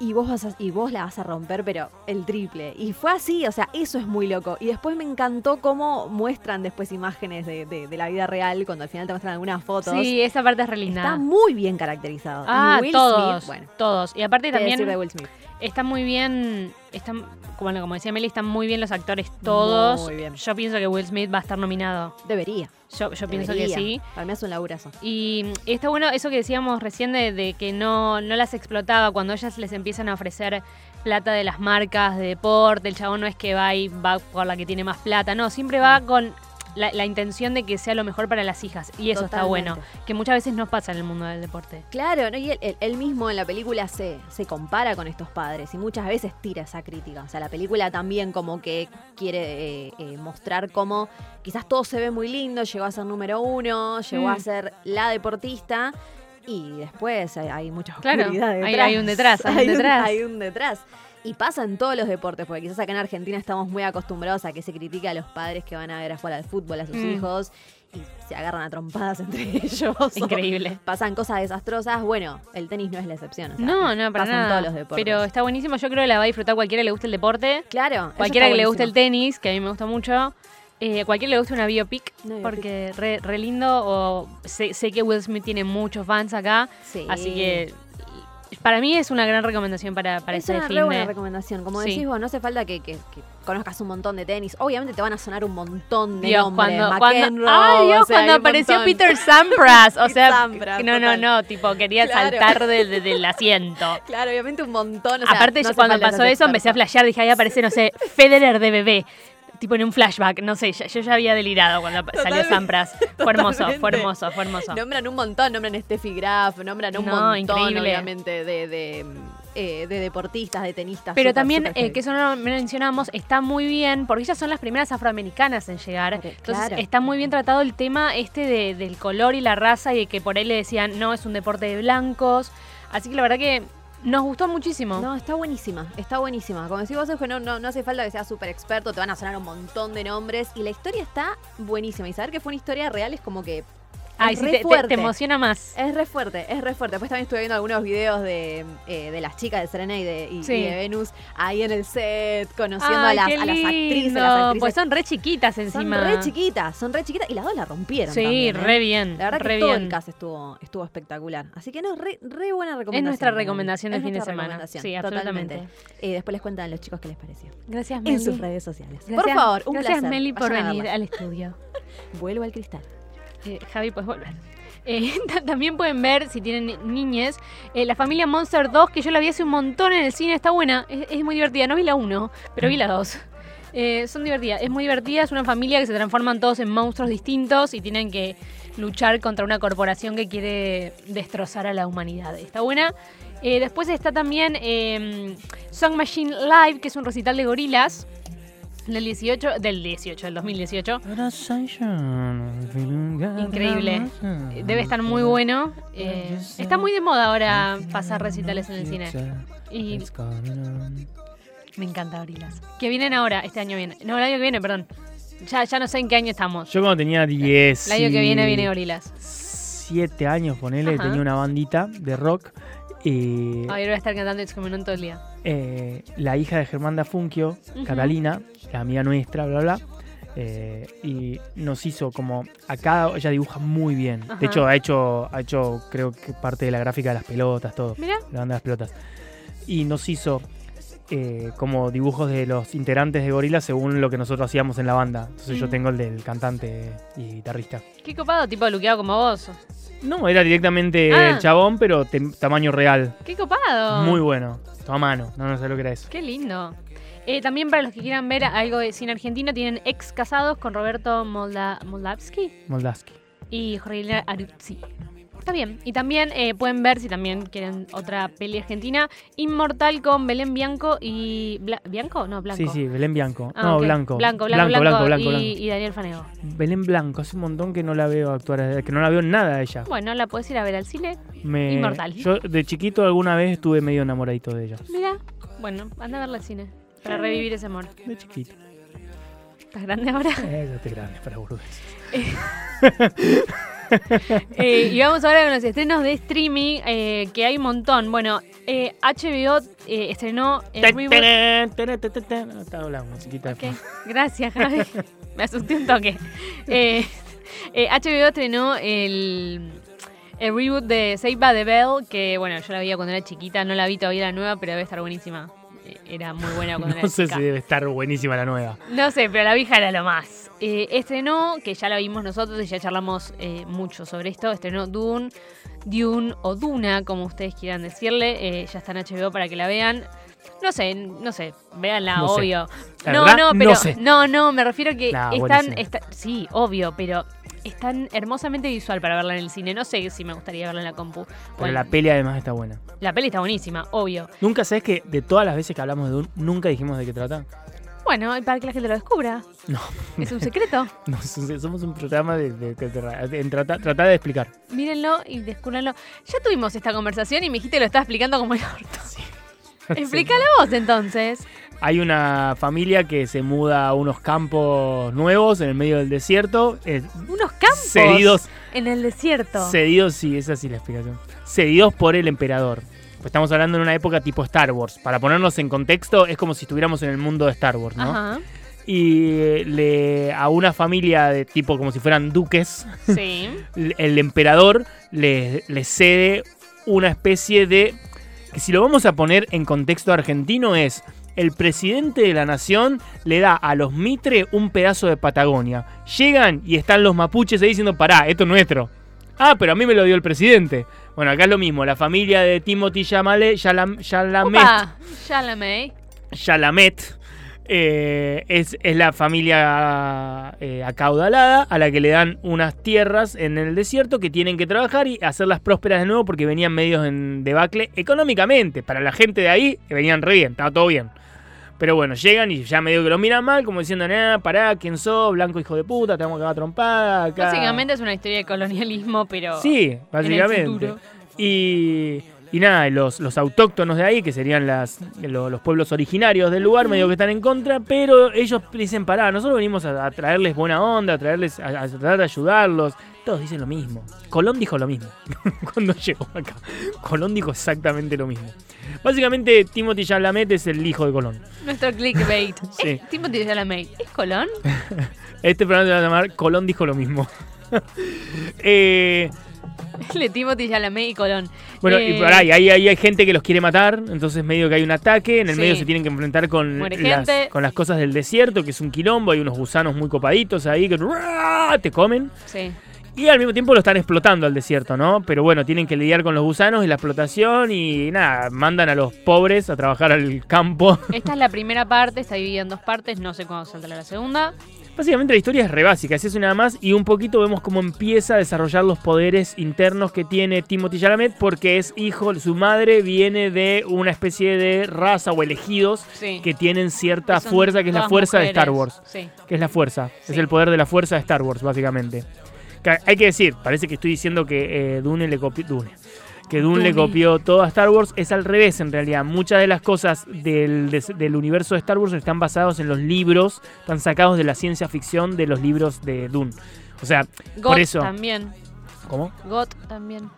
y vos, vas a- y vos la vas a romper, pero el triple. Y fue así, o sea, eso es muy loco. Y después me encantó cómo muestran después imágenes de, de- de la vida real, cuando al final te muestran algunas fotos. Sí, esa parte es re linda. Está muy bien caracterizado. ah, y Will todos, Smith, bueno, todos. Y aparte también también de Will Smith. Están muy bien, están, bueno, como decía Meli, están muy bien los actores todos. Muy bien. Yo pienso que Will Smith va a estar nominado. Debería. Yo, yo pienso que debería. sí. Para mí es un laburazo. Y mm, está bueno eso que decíamos recién de, de que no, no las explotaba cuando ellas les empiezan a ofrecer plata de las marcas de deporte, el chabón no es que va y va por la que tiene más plata, no, siempre va Mm. con la, la intención de que sea lo mejor para las hijas y eso está bueno, Totalmente. que muchas veces no pasa en el mundo del deporte. Claro, ¿no? y él, él- él mismo en la película se, se compara con estos padres y muchas veces tira esa crítica. O sea, la película también como que quiere eh, eh, mostrar cómo quizás todo se ve muy lindo, llegó a ser número uno, llegó a Mm. ser la deportista y después hay, hay mucha Claro, oscuridad hay- detrás. hay un detrás, hay un detrás. hay un detrás. Y pasa en todos los deportes, porque quizás acá en Argentina estamos muy acostumbrados a que se critica a los padres que van a ver a jugar al fútbol a sus Mm. hijos y se agarran a trompadas entre ellos. o- Increíble. pasan cosas desastrosas. Bueno, el tenis no es la excepción. o sea, No, no, para pasan nada. todos los deportes. Pero está buenísimo, yo creo que la va a disfrutar cualquiera que le guste el deporte, claro, eso cualquiera está que le guste el buenísimo. tenis, que a mí me gusta mucho. eh, cualquiera que le guste una biopic, Una biopic. porque re, re lindo. O sé, sé que Will Smith tiene muchos fans acá. Sí. Así que para mí es una gran recomendación para, para es este una re fin buena de- recomendación. Como Sí. decís vos, no hace falta que, que- que conozcas un montón de tenis. Obviamente te van a sonar un montón de Dios, nombres. cuando, cuando, McEnroe, ay, Dios, o sea, cuando hay un apareció montón. Peter Sampras, o Y sea, Sampras, no, no, total. no, tipo, quería Claro. saltar de- de- del asiento. Claro, obviamente un montón. o sea, Aparte, no hace cuando falta pasó ser eso, empecé a experto. flashear, dije, ahí aparece, no sé, Federer de bebé. Tipo en un flashback, no sé, ya- yo ya había delirado cuando ap- salió Totalmente, Sampras. Fue hermoso, fue totalmente. hermoso, fue hermoso. Nombran un montón, nombran Steffi Graf, nombran un No, montón, increíble. obviamente, de, de, eh, de deportistas, de tenistas. Pero súper, también, súper eh, que eso no lo mencionamos, está muy bien, porque ellas son las primeras afroamericanas en llegar. Claro, Entonces claro. está muy bien tratado el tema este de- del color y la raza y de que por ahí le decían, no, es un deporte de blancos. Así que la verdad que nos gustó muchísimo. No, está buenísima, está buenísima. Como decís vos, Euge, no, no, no hace falta que seas súper experto, te van a sonar un montón de nombres y la historia está buenísima. Y saber que fue una historia real es como que... Ay, es sí, re te- te, te, fuerte. emociona más. Es re fuerte, es re fuerte. Después también estuve viendo algunos videos de, eh, de las chicas de Serena y de, y- Sí. y de Venus ahí en el set, conociendo Ay, a, las, qué a las actrices. lindo, Las actrices. Pues son re chiquitas Son encima. re chiquitas, son re chiquitas y las dos la rompieron. Sí, también, ¿eh? re bien. La verdad re que todo bien. el cast estuvo, estuvo espectacular. Así que no, re, re buena recomendación. Es nuestra para mí. recomendación del Es fin de nuestra semana. recomendación, Sí, absolutamente. totalmente. Eh, después les cuentan a los chicos qué les pareció. Gracias, Meli. En sus redes sociales. por Gracias- favor, un Gracias, placer. Meli, por Vayan a venir verlas. al estudio. Vuelvo al cristal. Eh, Javi, puedes volver. Eh, ta- también pueden ver, si tienen niñes, eh, la familia Monster 2, que yo la vi hace un montón en el cine, está buena, es, es muy divertida. No vi la 1, pero vi la 2. Eh, son divertidas, es muy divertida, es una familia que se transforman todos en monstruos distintos y tienen que luchar contra una corporación que quiere destrozar a la humanidad. Está buena. Eh, después está también eh, Song Machine Live, que es un recital de gorilas del 18, del 18, del 2018. Increíble. Eh, Debe estar muy bueno. Eh, está muy de moda ahora pasar recitales en el cine. Y me encanta abrirlas. Que vienen ahora, este año viene. No, el año que viene, perdón. Ya, ya no sé en qué año estamos. Yo cuando tenía 10. El año que viene y viene Gorilas. Siete años, ponele, Ajá. tenía una bandita de rock. Y Ahora voy a estar cantando It's Coming On todo el día. eh, la hija de Germán Dafunquio, Ujú. Catalina, la amiga nuestra, bla, bla. eh, y nos hizo como acá ella dibuja muy bien. Ajá. De hecho, ha hecho, ha hecho, creo que parte de la gráfica de las pelotas, todo. Mira, la banda de las pelotas. Y nos hizo eh, como dibujos de los integrantes de Gorila según lo que nosotros hacíamos en la banda. Entonces yo Mm. tengo el del cantante y guitarrista. qué copado, tipo luqueado como vos. No, era directamente Ah. Oh. el chabón, pero tem- tamaño real. Qué copado. Muy bueno. Todo a mano. No, no sé lo que era eso. Qué lindo. Eh, también para los que quieran ver algo de cine argentino, tienen Ex Casados con Roberto Molda Moldavsky. Moldaski. y Jorgelina Aruzzi. Está bien. Y también eh, pueden ver, si también quieren otra peli argentina, Inmortal con Belén Bianco y... Bla- ¿Bianco? No, Blanco. Sí, sí, Belén Bianco. Ah, no, ok. blanco. Blanco, Blanco, blanco, Blanco, blanco, y, y Daniel Fanego. blanco. Belén Blanco. Hace un montón que no la veo actuar, eh, que no la veo en nada a ella. Bueno, la puedes ir a ver al cine. Me- Inmortal. Yo de chiquito alguna vez estuve medio enamoradito de ella. Mira. Bueno, anda a verla al cine. Para revivir ese amor. De chiquito. ¿Estás grande ahora? Eh, ya estoy grande para burbujas. Eh, y vamos ahora con los estrenos de streaming, eh, que hay un montón. Bueno, eh, HBO eh, estrenó... el reboot- Estaba la musiquita de Ok, gracias, Javi. Me asusté un toque. Eh, eh, HBO estrenó el, El reboot de Save by the Bell, que bueno, yo la veía cuando era chiquita, no la vi todavía la nueva, pero debe estar buenísima. Eh, Era muy buena cuando No era sé chica. si debe estar buenísima la nueva. No sé, pero la vieja era lo más. Eh, estrenó, que ya la vimos nosotros y ya charlamos eh, mucho sobre esto, estrenó Dune, Dune o Duna, como ustedes quieran decirle. eh, ya está en HBO para que la vean. No sé, no sé, véanla, No sé. obvio. La no, verdad, no, no pero. sé. no, no, me refiero que Nah, es tan- buenísima. es tan- Sí, obvio, pero es tan hermosamente visual para verla en el cine. No sé si me gustaría verla en la compu. Pero Bueno, la peli además está buena. la peli está buenísima, obvio. Nunca sabes que de todas las veces que hablamos de Dune, nunca dijimos de qué trata. Bueno, y para que la gente lo descubra. No. Es un secreto. No, so- somos un programa de, de- que tra- en trata- tratar de explicar. Mírenlo y descúbranlo. Ya tuvimos esta conversación y mi hijita lo está explicando como el orto. Explícala vos entonces. Hay una familia que se muda a unos campos nuevos en el medio del desierto. eh, Unos campos Cedidos. en el desierto. cedidos, sí, esa sí la explicación. Cedidos por el emperador. Pues estamos hablando en una época tipo Star Wars. Para ponernos en contexto, es como si estuviéramos en el mundo de Star Wars, ¿no? Ajá. Y eh, le, a una familia de tipo como si fueran duques, Sí. l- el emperador les le cede una especie de... que si lo vamos a poner en contexto argentino es, el presidente de la nación le da a los Mitre un pedazo de Patagonia. Llegan y están los mapuches ahí diciendo, pará, esto es nuestro. Ah, pero a mí me lo dio el presidente. Bueno, acá es lo mismo, la familia de Timothy Yamale, Yalam- Yalamet, Opa, ya la me. Yalamet eh, es, es la familia eh, acaudalada a la que le dan unas tierras en el desierto que tienen que trabajar y hacerlas prósperas de nuevo porque venían medios en debacle económicamente. Para la gente de ahí venían re bien, estaba todo bien. Pero bueno, llegan y ya medio que lo miran mal, como diciendo, nada, pará, ¿quién sos? Blanco hijo de puta, te vamos a cagar a trompada. acá". Básicamente es una historia de colonialismo, pero. Sí, básicamente. futuro. Y, y nada, los, los autóctonos de ahí, que serían las, lo- los pueblos originarios del lugar, medio que están en contra, pero ellos dicen, pará, nosotros venimos a, a traerles buena onda, a traerles, a, a tratar de ayudarlos. Todos dicen lo mismo. Colón dijo lo mismo cuando llegó acá. Colón dijo exactamente lo mismo. Básicamente, Timothy Chalamet es el hijo de Colón. Nuestro clickbait. Sí. ¿Es Timothy Chalamet? ¿Es Colón? Este programa se va a llamar Colón dijo lo mismo. eh, Le Timothy Chalamet y Colón. Bueno, Eh, y pará, y ahí, ahí hay gente que los quiere matar, entonces medio que hay un ataque, en el Sí. medio se tienen que enfrentar con Muere las, gente. con las cosas del desierto, que es un quilombo, hay unos gusanos muy copaditos ahí que ¡ruah! te comen, Sí. y al mismo tiempo lo están explotando al desierto, ¿no? Pero bueno, tienen que lidiar con los gusanos y la explotación y nada, mandan a los pobres a trabajar al campo. Esta es la primera parte, está dividida en dos partes, no sé cuándo saldrá la segunda. Básicamente la historia es re básica, es eso y nada más, y un poquito vemos cómo empieza a desarrollar los poderes internos que tiene Timothy Chalamet, porque es hijo, su madre viene de una especie de raza o elegidos Sí. que tienen cierta son fuerza, que es la todas fuerza de mujeres. Star Wars. Sí. Que es la fuerza, es Sí. el poder de la fuerza de Star Wars, básicamente. Que hay que decir, parece que estoy diciendo que eh, Dune le copió. Dune. Que Dune, le Dune. copió todo a Star Wars. Es al revés, en realidad. Muchas de las cosas del, des- del universo de Star Wars están basadas en los libros, están sacados de la ciencia ficción de los libros de Dune. O sea, Got eso- también. ¿cómo? Got también.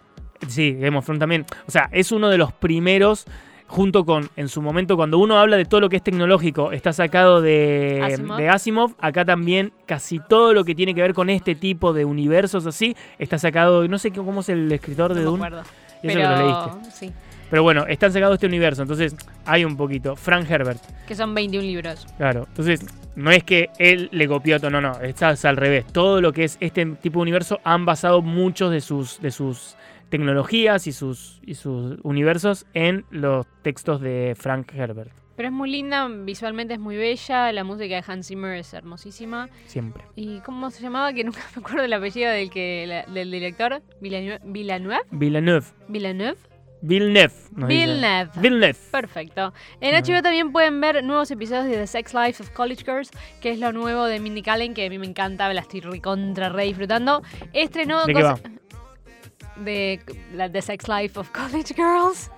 Sí, Game of Thrones también. O sea, es uno de los primeros, junto con, en su momento, cuando uno habla de todo lo que es tecnológico, está sacado de Asimov. de Asimov. Acá también casi todo lo que tiene que ver con este tipo de universos así, está sacado, no sé qué- cómo es el escritor de no me Dune. acuerdo. Y eso que lo leíste. sí, Pero bueno, están sacados de este universo, entonces hay un poquito. Frank Herbert, que son 21 libros. claro. Entonces, no es que él le copió todo, no, no, está es al revés. Todo lo que es este tipo de universo han basado muchos de sus, de sus tecnologías y sus, y sus universos en los textos de Frank Herbert, Pero es muy linda, visualmente es muy bella, la música de Hans Zimmer es hermosísima. siempre. ¿Y cómo se llamaba? Que nunca me acuerdo el apellido del, que, la- del director. Villeneu- Villeneuve. Villeneuve, Villeneuve. Villeneuve, nos dice. Villeneuve. Villeneuve. Perfecto. En Muy HBO también pueden ver nuevos episodios de The Sex Life of College Girls, que es lo nuevo de Mindy Kaling, que a mí me encanta, la estoy recontra re disfrutando. Estrenó ¿De qué cosas- de la The Sex Life of College Girls.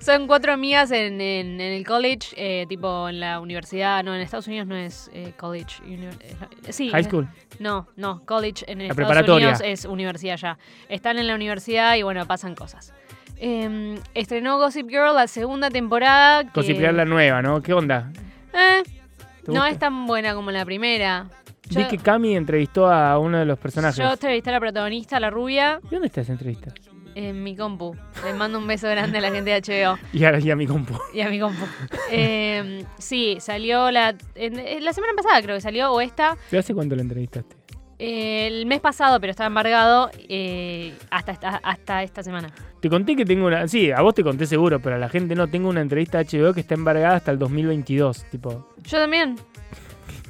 Son cuatro amigas en, en- en el college, eh, tipo en la universidad. No, en Estados Unidos no es eh, college. uni- eh, sí, High eh, school. no, no, college en Estados preparatoria. Unidos es universidad ya. Están en la universidad y bueno, pasan cosas. Eh, estrenó Gossip Girl la segunda temporada. que- Cosipliar la nueva, ¿no? ¿Qué onda? Eh, ¿Te no gusta? es tan buena como la primera. Yo, Vi que Cami entrevistó a uno de los personajes. yo entrevisté a la protagonista, la rubia. ¿Y dónde está esa entrevista? en mi compu. Les mando un beso grande a la gente de HBO Y a, y a mi compu. y a mi compu. Eh, sí, salió la, en- eh, la semana pasada, creo que salió, o esta, ¿Pero hace cuánto la entrevistaste? eh, el mes pasado, pero estaba embargado eh, hasta, esta- hasta esta semana. Te conté que tengo una. Sí, a vos te conté seguro, pero a la gente no. Tengo una entrevista a HBO que está embargada hasta el 2022. Tipo, Yo también.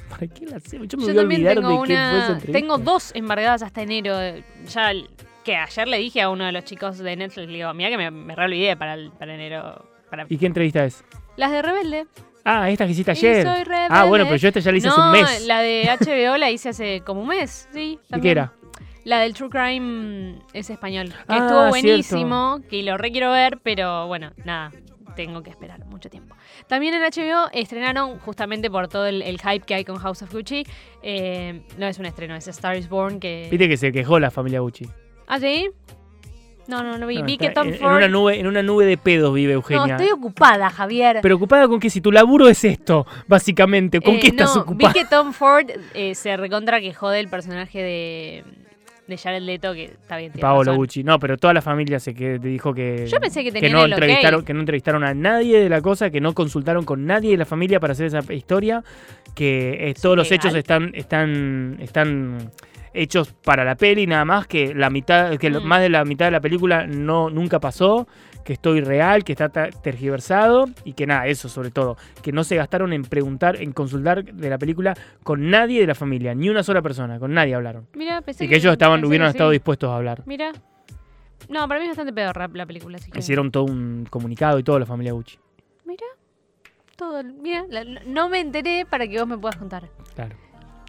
¿para qué la hacemos? Yo me Yo voy a también olvidar tengo de que fue esa una. entrevista. Tengo dos embargadas hasta enero. eh, Ya el- que ayer le dije a uno de los chicos de Netflix, le digo, mira que me, me re olvidé para, el- para enero. Para... ¿Y qué entrevista es? Las de Rebelde. Ah, esta que hiciste Y ayer. soy rebelde. ah, bueno, pero yo esta ya la hice hace un No, mes. La de HBO la hice hace como un mes, sí. ¿Y también. qué era? La del True Crime es español. Que Ah, estuvo buenísimo, que lo re quiero ver, pero bueno, nada, tengo que esperar mucho tiempo. También en HBO estrenaron, justamente por todo el, el hype que hay con House of Gucci, eh, no es un estreno, es Star is Born, que... Viste que se quejó la familia Gucci. ¿Ah, sí? No, no, no vi. No, vi está que Tom en, en Ford... una nube, en una nube de pedos vive no, Eugenia. estoy ocupada, Javier. Preocupada con que si tu laburo es esto, básicamente, ¿con Eh, qué estás no, ocupada? Vi que Tom Ford eh, se recontra quejó del personaje de, de Jared Leto, que está bien. tiene Paolo razón. Gucci. No, pero toda la familia se que, dijo que, Yo pensé que que, tenían no el ok. entrevistaron, que no entrevistaron a nadie de la cosa, que no consultaron con nadie de la familia para hacer esa historia, que eh, todos los legal. hechos están, están, están hechos para la peli, nada más, que la mitad, que lo- Mm. más de la mitad de la película no, nunca pasó, que esto irreal, que está ta- tergiversado, y que nada, eso sobre todo, que no se gastaron en preguntar, en consultar de la película con nadie de la familia, ni una sola persona, con nadie hablaron. Mira, pensé Y que ellos estaban, pensé hubieran que sí. estado dispuestos a hablar. Mira. No, para mí es bastante pedorra la película. Así que... Hicieron todo un comunicado y todo la familia Gucci. Mira. Todo. el- Mira, la- no me enteré para que vos me puedas contar. Claro.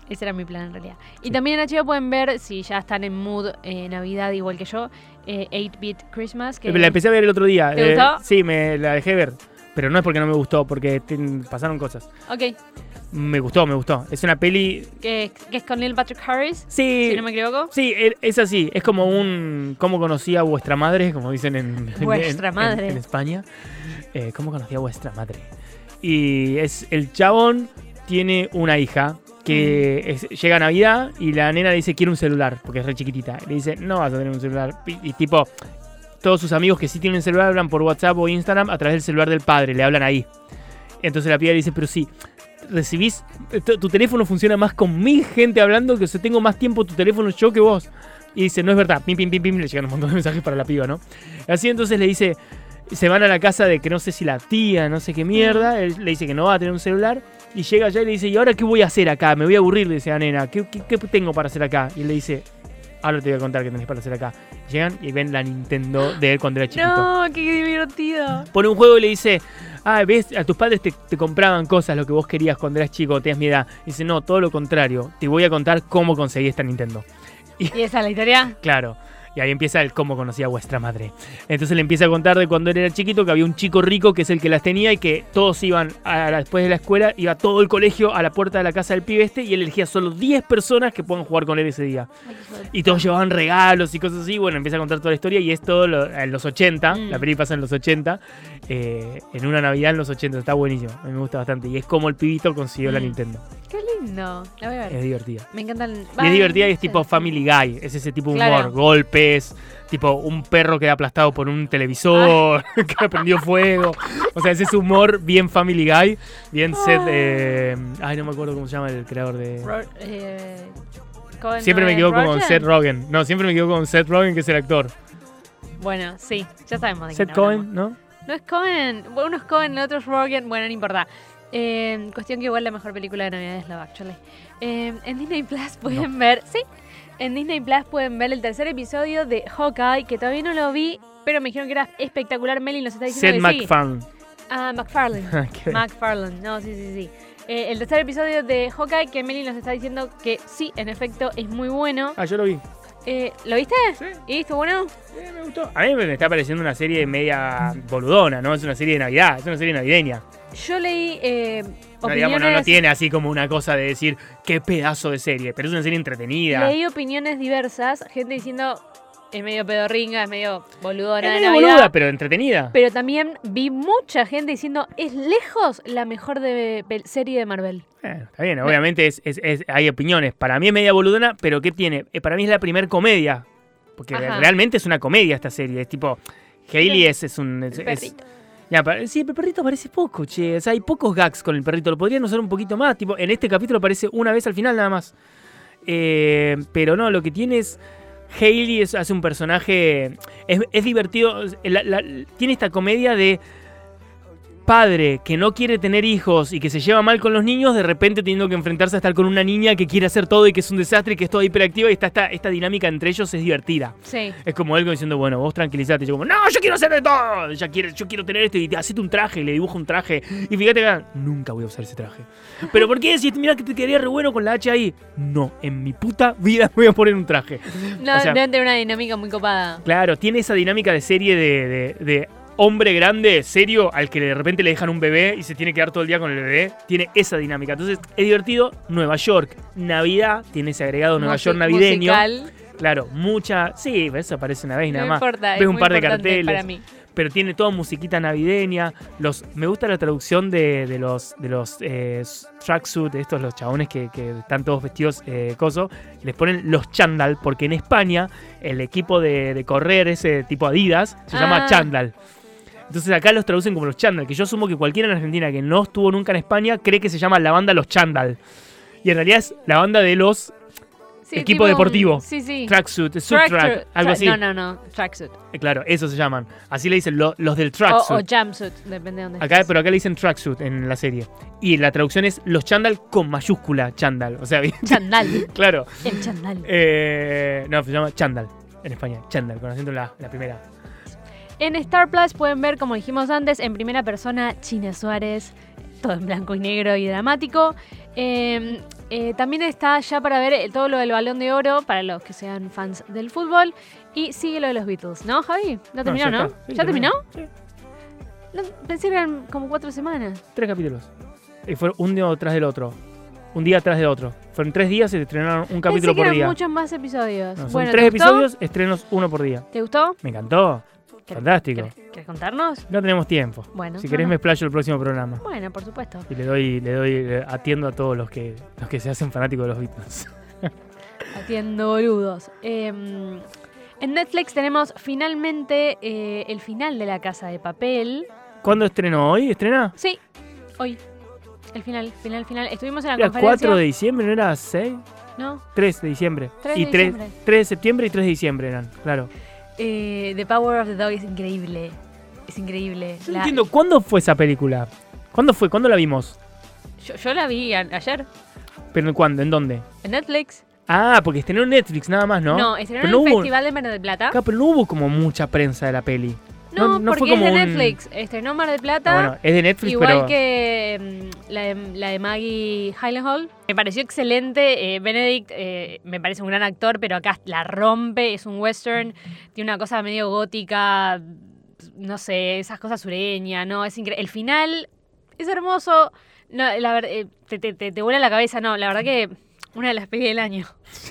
Ese era mi plan en realidad. Y también en HBO pueden ver, si ya están en mood eh, Navidad igual que yo, eh, 8-Bit Christmas. Que Eh, La empecé a ver el otro día. eh, ¿Te gustó? Sí, me la dejé ver. Pero no es porque no me gustó, porque ten- pasaron cosas. Ok, Me gustó, me gustó. Es una peli. que, que es con Neil Patrick Harris, Sí. si no me equivoco. Sí, e- es así. Es como un. ¿Cómo conocí a vuestra madre? Como dicen en. en- Vuestra en- madre. En, en España. Eh, ¿Cómo conocí a vuestra madre? Y es. El chabón tiene una hija Mm. que es- llega a Navidad y la nena le dice: Quiero un celular, porque es re chiquitita. Le dice: No vas a tener un celular. Y, y tipo. Todos sus amigos que sí tienen celular hablan por WhatsApp o Instagram a través del celular del padre, le hablan ahí. Entonces la piba le dice, pero sí, recibís, tu tu teléfono funciona más con mi gente hablando que o sea, tengo más tiempo tu teléfono yo que vos. Y dice, no es verdad, pim, pim, pim, pim, le llegan un montón de mensajes para la piba, ¿no? Así entonces le dice, se van a la casa de que no sé si la tía, no sé qué mierda, él le dice que no va a tener un celular, y llega allá y le dice, ¿y ahora qué voy a hacer acá? Me voy a aburrir, le dice la nena, ¿qué, qué- qué tengo para hacer acá? Y él le dice, ahora te voy a contar qué tenés para hacer acá. Llegan y ven la Nintendo de él cuando era chiquito No, qué divertido. pone un juego y le dice, ah, ves, a tus padres te, te compraban cosas, lo que vos querías cuando eras chico, tenías mi edad. Y dice, no, todo lo contrario, te voy a contar cómo conseguí esta Nintendo. ¿Y esa es la historia? Claro. Y ahí empieza el cómo conocí a vuestra madre. Entonces le empieza a contar de cuando él era chiquito que había un chico rico que es el que las tenía y que todos iban, a la- después de la escuela, iba todo el colegio a la puerta de la casa del pibe este y él elegía solo 10 personas que puedan jugar con él ese día. Y todos llevaban regalos y cosas así. Bueno, empieza a contar toda la historia y es todo lo- en los 80. Mm. La peli pasa en los 80. eh, en una Navidad en los 80. Está buenísimo. A mí me gusta bastante. Y es como el pibito consiguió la Mm. Nintendo. Qué lindo. La voy a ver. Es divertida. Me encantan. Eh, Y es divertida y es Sí. tipo Family Guy. Es ese tipo de humor. Claro. Golpes. Tipo un perro queda aplastado por un televisor. Ah. que prendió fuego. O sea, es ese humor bien Family Guy. Bien Ah. set. eh, ay, no me acuerdo cómo se llama el creador de... Ro- eh, Cohen, Siempre ¿no me es equivoco con Rogen? Seth Rogen. No, siempre me equivoco con Seth Rogen, que es el actor. Bueno, sí, ya sabemos de quién Seth hablamos. Cohen, ¿no? No es Cohen. Bueno, Uno es Cohen, el otro es Rogan. Bueno, no importa. Eh, cuestión que igual la mejor película de Navidad es Love Actually. Eh, en Disney Plus pueden ver. Sí. En Disney Plus pueden ver el tercer episodio de Hawkeye, que todavía no lo vi, pero me dijeron que era espectacular. Meli nos está Seth diciendo que sí. MacFarlane. Ah, McFarlane. Ok. McFarlane, no, sí, sí, sí. Eh, el tercer episodio de Hawkeye, que Meli nos está diciendo que sí, en efecto, es muy bueno. Ah, yo lo vi. Eh, ¿Lo viste? Sí. ¿Y estuvo bueno? Eh, me gustó. A mí me está pareciendo una serie media boludona, ¿no? Es una serie de Navidad, es una serie navideña. Yo leí eh, No, opiniones... digamos, no, no tiene así como una cosa de decir qué pedazo de serie, pero es una serie entretenida. Leí opiniones diversas, gente diciendo es medio pedorringa, es medio boludona es de medio Navidad. boluda, pero entretenida. Pero también vi mucha gente diciendo es lejos la mejor de, pel- serie de Marvel. Bueno, está bien, obviamente es, es- es- hay opiniones. Para mí es media boludona, pero ¿qué tiene? Eh, para mí es la primer comedia. Porque Ajá. realmente es una comedia esta serie. Es tipo. Hailey Sí. es, es un. es- El es- perrito. Ya, pa- sí, el perrito aparece poco, che. O sea, hay pocos gags con el perrito. Lo podrían usar un poquito más. Tipo, en este capítulo aparece una vez al final nada más. Eh, pero no, lo que tiene es. Hailey es- hace un personaje. Es, es divertido. la- la- tiene esta comedia de. Padre que no quiere tener hijos y que se lleva mal con los niños, de repente teniendo que enfrentarse a estar con una niña que quiere hacer todo y que es un desastre y que es toda hiperactiva y está esta, esta dinámica entre ellos es divertida. Sí. Es como él diciendo, bueno, vos tranquilizate. Y Yo como, no, yo quiero hacer de todo. Ya quiero, yo quiero tener esto. Y te- hacete un traje, y le dibujo un traje. Y fíjate que nunca voy a usar ese traje. Pero ¿por qué? Si mira que te quedaría re bueno con la H ahí. No, en mi puta vida me voy a poner un traje. No, O sea- deben tener una dinámica muy copada. Claro, tiene esa dinámica de serie de, de- de hombre grande, serio, al que de repente le dejan un bebé y se tiene que quedar todo el día con el bebé. Tiene esa dinámica. Entonces, es divertido. Nueva York, Navidad, tiene ese agregado Nueva Musi- York navideño. musical. Claro, mucha. Sí, eso aparece una vez y nada no más. importa, Ves es un muy par de importante carteles. Para mí. Pero tiene toda musiquita navideña. Los, me gusta la traducción de, de los, de los eh, tracksuit, de estos los chabones que, que están todos vestidos eh, coso. Les ponen los chandal, porque en España el equipo de, de correr, ese tipo Adidas, se llama Ah. chandal. Entonces acá los traducen como los chandal, que yo asumo que cualquiera en Argentina que no estuvo nunca en España cree que se llama la banda Los Chandal. Y en realidad es la banda de los Sí, Equipo tipo un- deportivo. Sí, sí. tracksuit, Track- subtrack, tra- algo así. No, no, no. Tracksuit. Eh, Claro, eso se llaman. Así le dicen lo- los del O, o tracksuit. jumpsuit, depende de dónde Acá, estés. pero acá le dicen tracksuit en la serie. Y la traducción es los chandal con mayúscula chandal. O sea, bien, Chandal. claro. El chandal. Eh, no, se llama chandal en España. Chandal, con acento en la, la primera. En Star Plus pueden ver, como dijimos antes, en primera persona China Suárez, todo en blanco y negro y dramático. Eh, eh, también está ya para ver eh, todo lo del balón de oro, para los que sean fans del fútbol. Y sigue lo de los Beatles, ¿no, Javi? ¿No terminó, no? está. Sí, ¿Ya terminó? Sí, No, pensé que eran como cuatro semanas. tres capítulos. Y fueron un día tras del otro. Un día tras del otro. Fueron tres días y se estrenaron un capítulo pensé que por eran día. muchos más episodios. No, son bueno, tres ¿te gustó? episodios, estrenos uno por día. ¿Te gustó? Me encantó. Fantástico. ¿Querés, querés contarnos? No tenemos tiempo. Bueno, si no, querés no. me explayo el próximo programa. Bueno, por supuesto. Y le doy, le doy, le atiendo a todos los que, los que se hacen fanáticos de los Beatles. Atiendo boludos. Eh, en Netflix tenemos finalmente eh, el final de La Casa de Papel. ¿Cuándo estrenó? ¿Hoy estrena? Sí, hoy. El final, final, final. Estuvimos en la ¿Era conferencia. 4 de diciembre? ¿No era 6? ¿No? 3 de diciembre. 3 de y 3, diciembre. 3 de septiembre y 3 de diciembre eran, claro. Eh, the Power of the Dog es increíble. Es increíble. Yo no La- entiendo, ¿cuándo fue esa película? ¿Cuándo fue? ¿Cuándo la vimos? yo, yo la vi a- ayer ¿Pero cuándo? ¿En dónde? en Netflix. Ah, porque estrenó en Netflix nada más, ¿no? estrenó Pero en no el hubo- Festival de Mar del Plata. Acá, pero no hubo como mucha prensa de la peli. No, no fue porque es como de un- Netflix. Estrenó Mar del Plata. Ah, bueno, es de Netflix, Igual pero... que mm, la de, la de Maggie Hall Me pareció excelente. eh, Benedict eh, me parece un gran actor, pero acá la rompe. Es un western. Tiene una cosa medio gótica. No sé, esas cosas sureñas. No, es increíble. El final es hermoso. No, la ver- eh, te, te, te- te vuela la cabeza. No, la verdad que una de las pelis del año.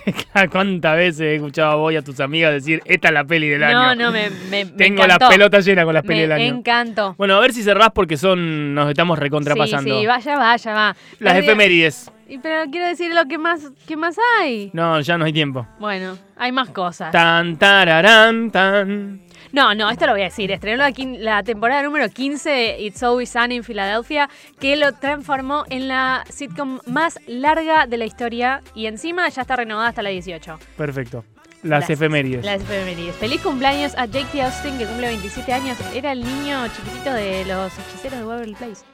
¿Cuántas veces he escuchado a vos y a tus amigas decir, esta es la peli del No, año? no, me, me, me Tengo la encantó. pelota llena con las pelis Me del año. encantó. Bueno, a ver si cerrás porque son. nos estamos recontrapasando. Sí, sí, vaya, vaya, va. Las Pero- efemérides. y- Pero quiero decir lo que más, que más hay. No, ya no hay tiempo. Bueno, hay más cosas. Tan, tararán, tan. No, no, esto lo voy a decir. Estrenó la, quin- la temporada número 15 de It's Always Sunny en Filadelfia, que lo transformó en la sitcom más larga de la historia y encima ya está renovada hasta la 18. Perfecto. Las Las- efemérides. Las efemérides. Feliz cumpleaños a Jake T. Austin, que cumple 27 años. Era el niño chiquitito de los hechiceros de Waverly Place.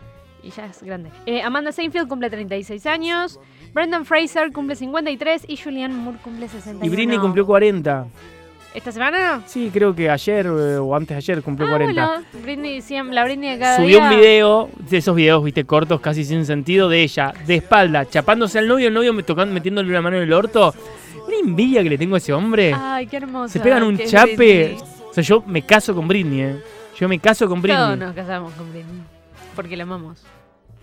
Y ya es grande. Eh, Amanda Seinfeld cumple 36 años. Brendan Fraser cumple 53 y Julianne Moore cumple 61. Y Britney cumplió 40. ¿Esta semana? Sí, creo que ayer eh, o antes de ayer cumplió Ah, 40. bueno, Britney, siem- la Britney de cada Subió un día. video, de esos videos, viste, cortos, casi sin sentido, de ella, de espalda, chapándose al novio, el novio me tocando, metiéndole una mano en el orto. Una envidia que le tengo a ese hombre. Ay, qué hermoso. Se pegan un Ah, que es chape. Britney. O sea, yo me caso con Britney, eh. Yo me caso con Britney. Todos nos casamos con Britney. Porque la amamos.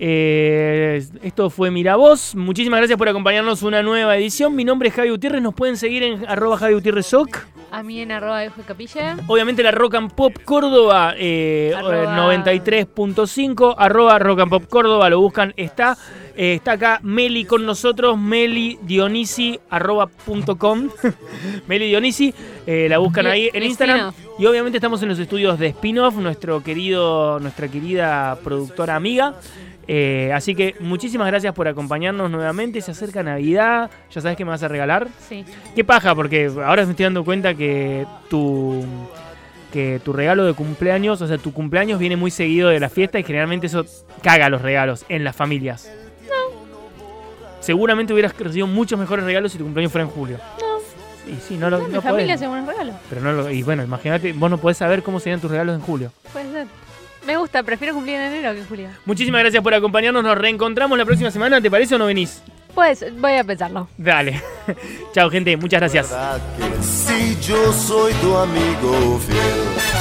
Eh, esto fue Miravoz. Muchísimas gracias por acompañarnos una nueva edición. Mi nombre es Javi Gutiérrez. Nos pueden seguir en arroba Javi Gutiérrez Soc. A mí en arroba de Capilla. Obviamente la Rock and Pop Córdoba eh, Arroba. eh, 93.5. Arroba Rock and Pop Córdoba. Lo buscan. Está. Eh, está acá Meli con nosotros, melidionisi.com. Meli Dionisi, eh, la buscan Y- ahí en en Instagram. Y obviamente estamos en los estudios de Spin-Off, nuestro querido, nuestra querida productora amiga. Eh, así que muchísimas gracias por acompañarnos nuevamente. Se acerca Navidad. Ya sabes qué me vas a regalar. Sí. Qué paja, porque ahora me estoy dando cuenta que tu que tu regalo de cumpleaños, o sea, tu cumpleaños viene muy seguido de la fiesta y generalmente eso caga los regalos en las familias. Seguramente hubieras recibido muchos mejores regalos si tu cumpleaños fuera en julio. No. Y sí, no lo No, mi no familia podés. hace buenos regalos. Pero no lo, y bueno, imagínate, vos no podés saber cómo serían tus regalos en julio. Puede ser. Me gusta, prefiero cumplir en enero que en julio. Muchísimas gracias por acompañarnos, nos reencontramos la próxima semana, ¿te parece o no venís? Pues voy a pensarlo. Dale. Chao, gente, muchas gracias. Si yo soy tu amigo fiel.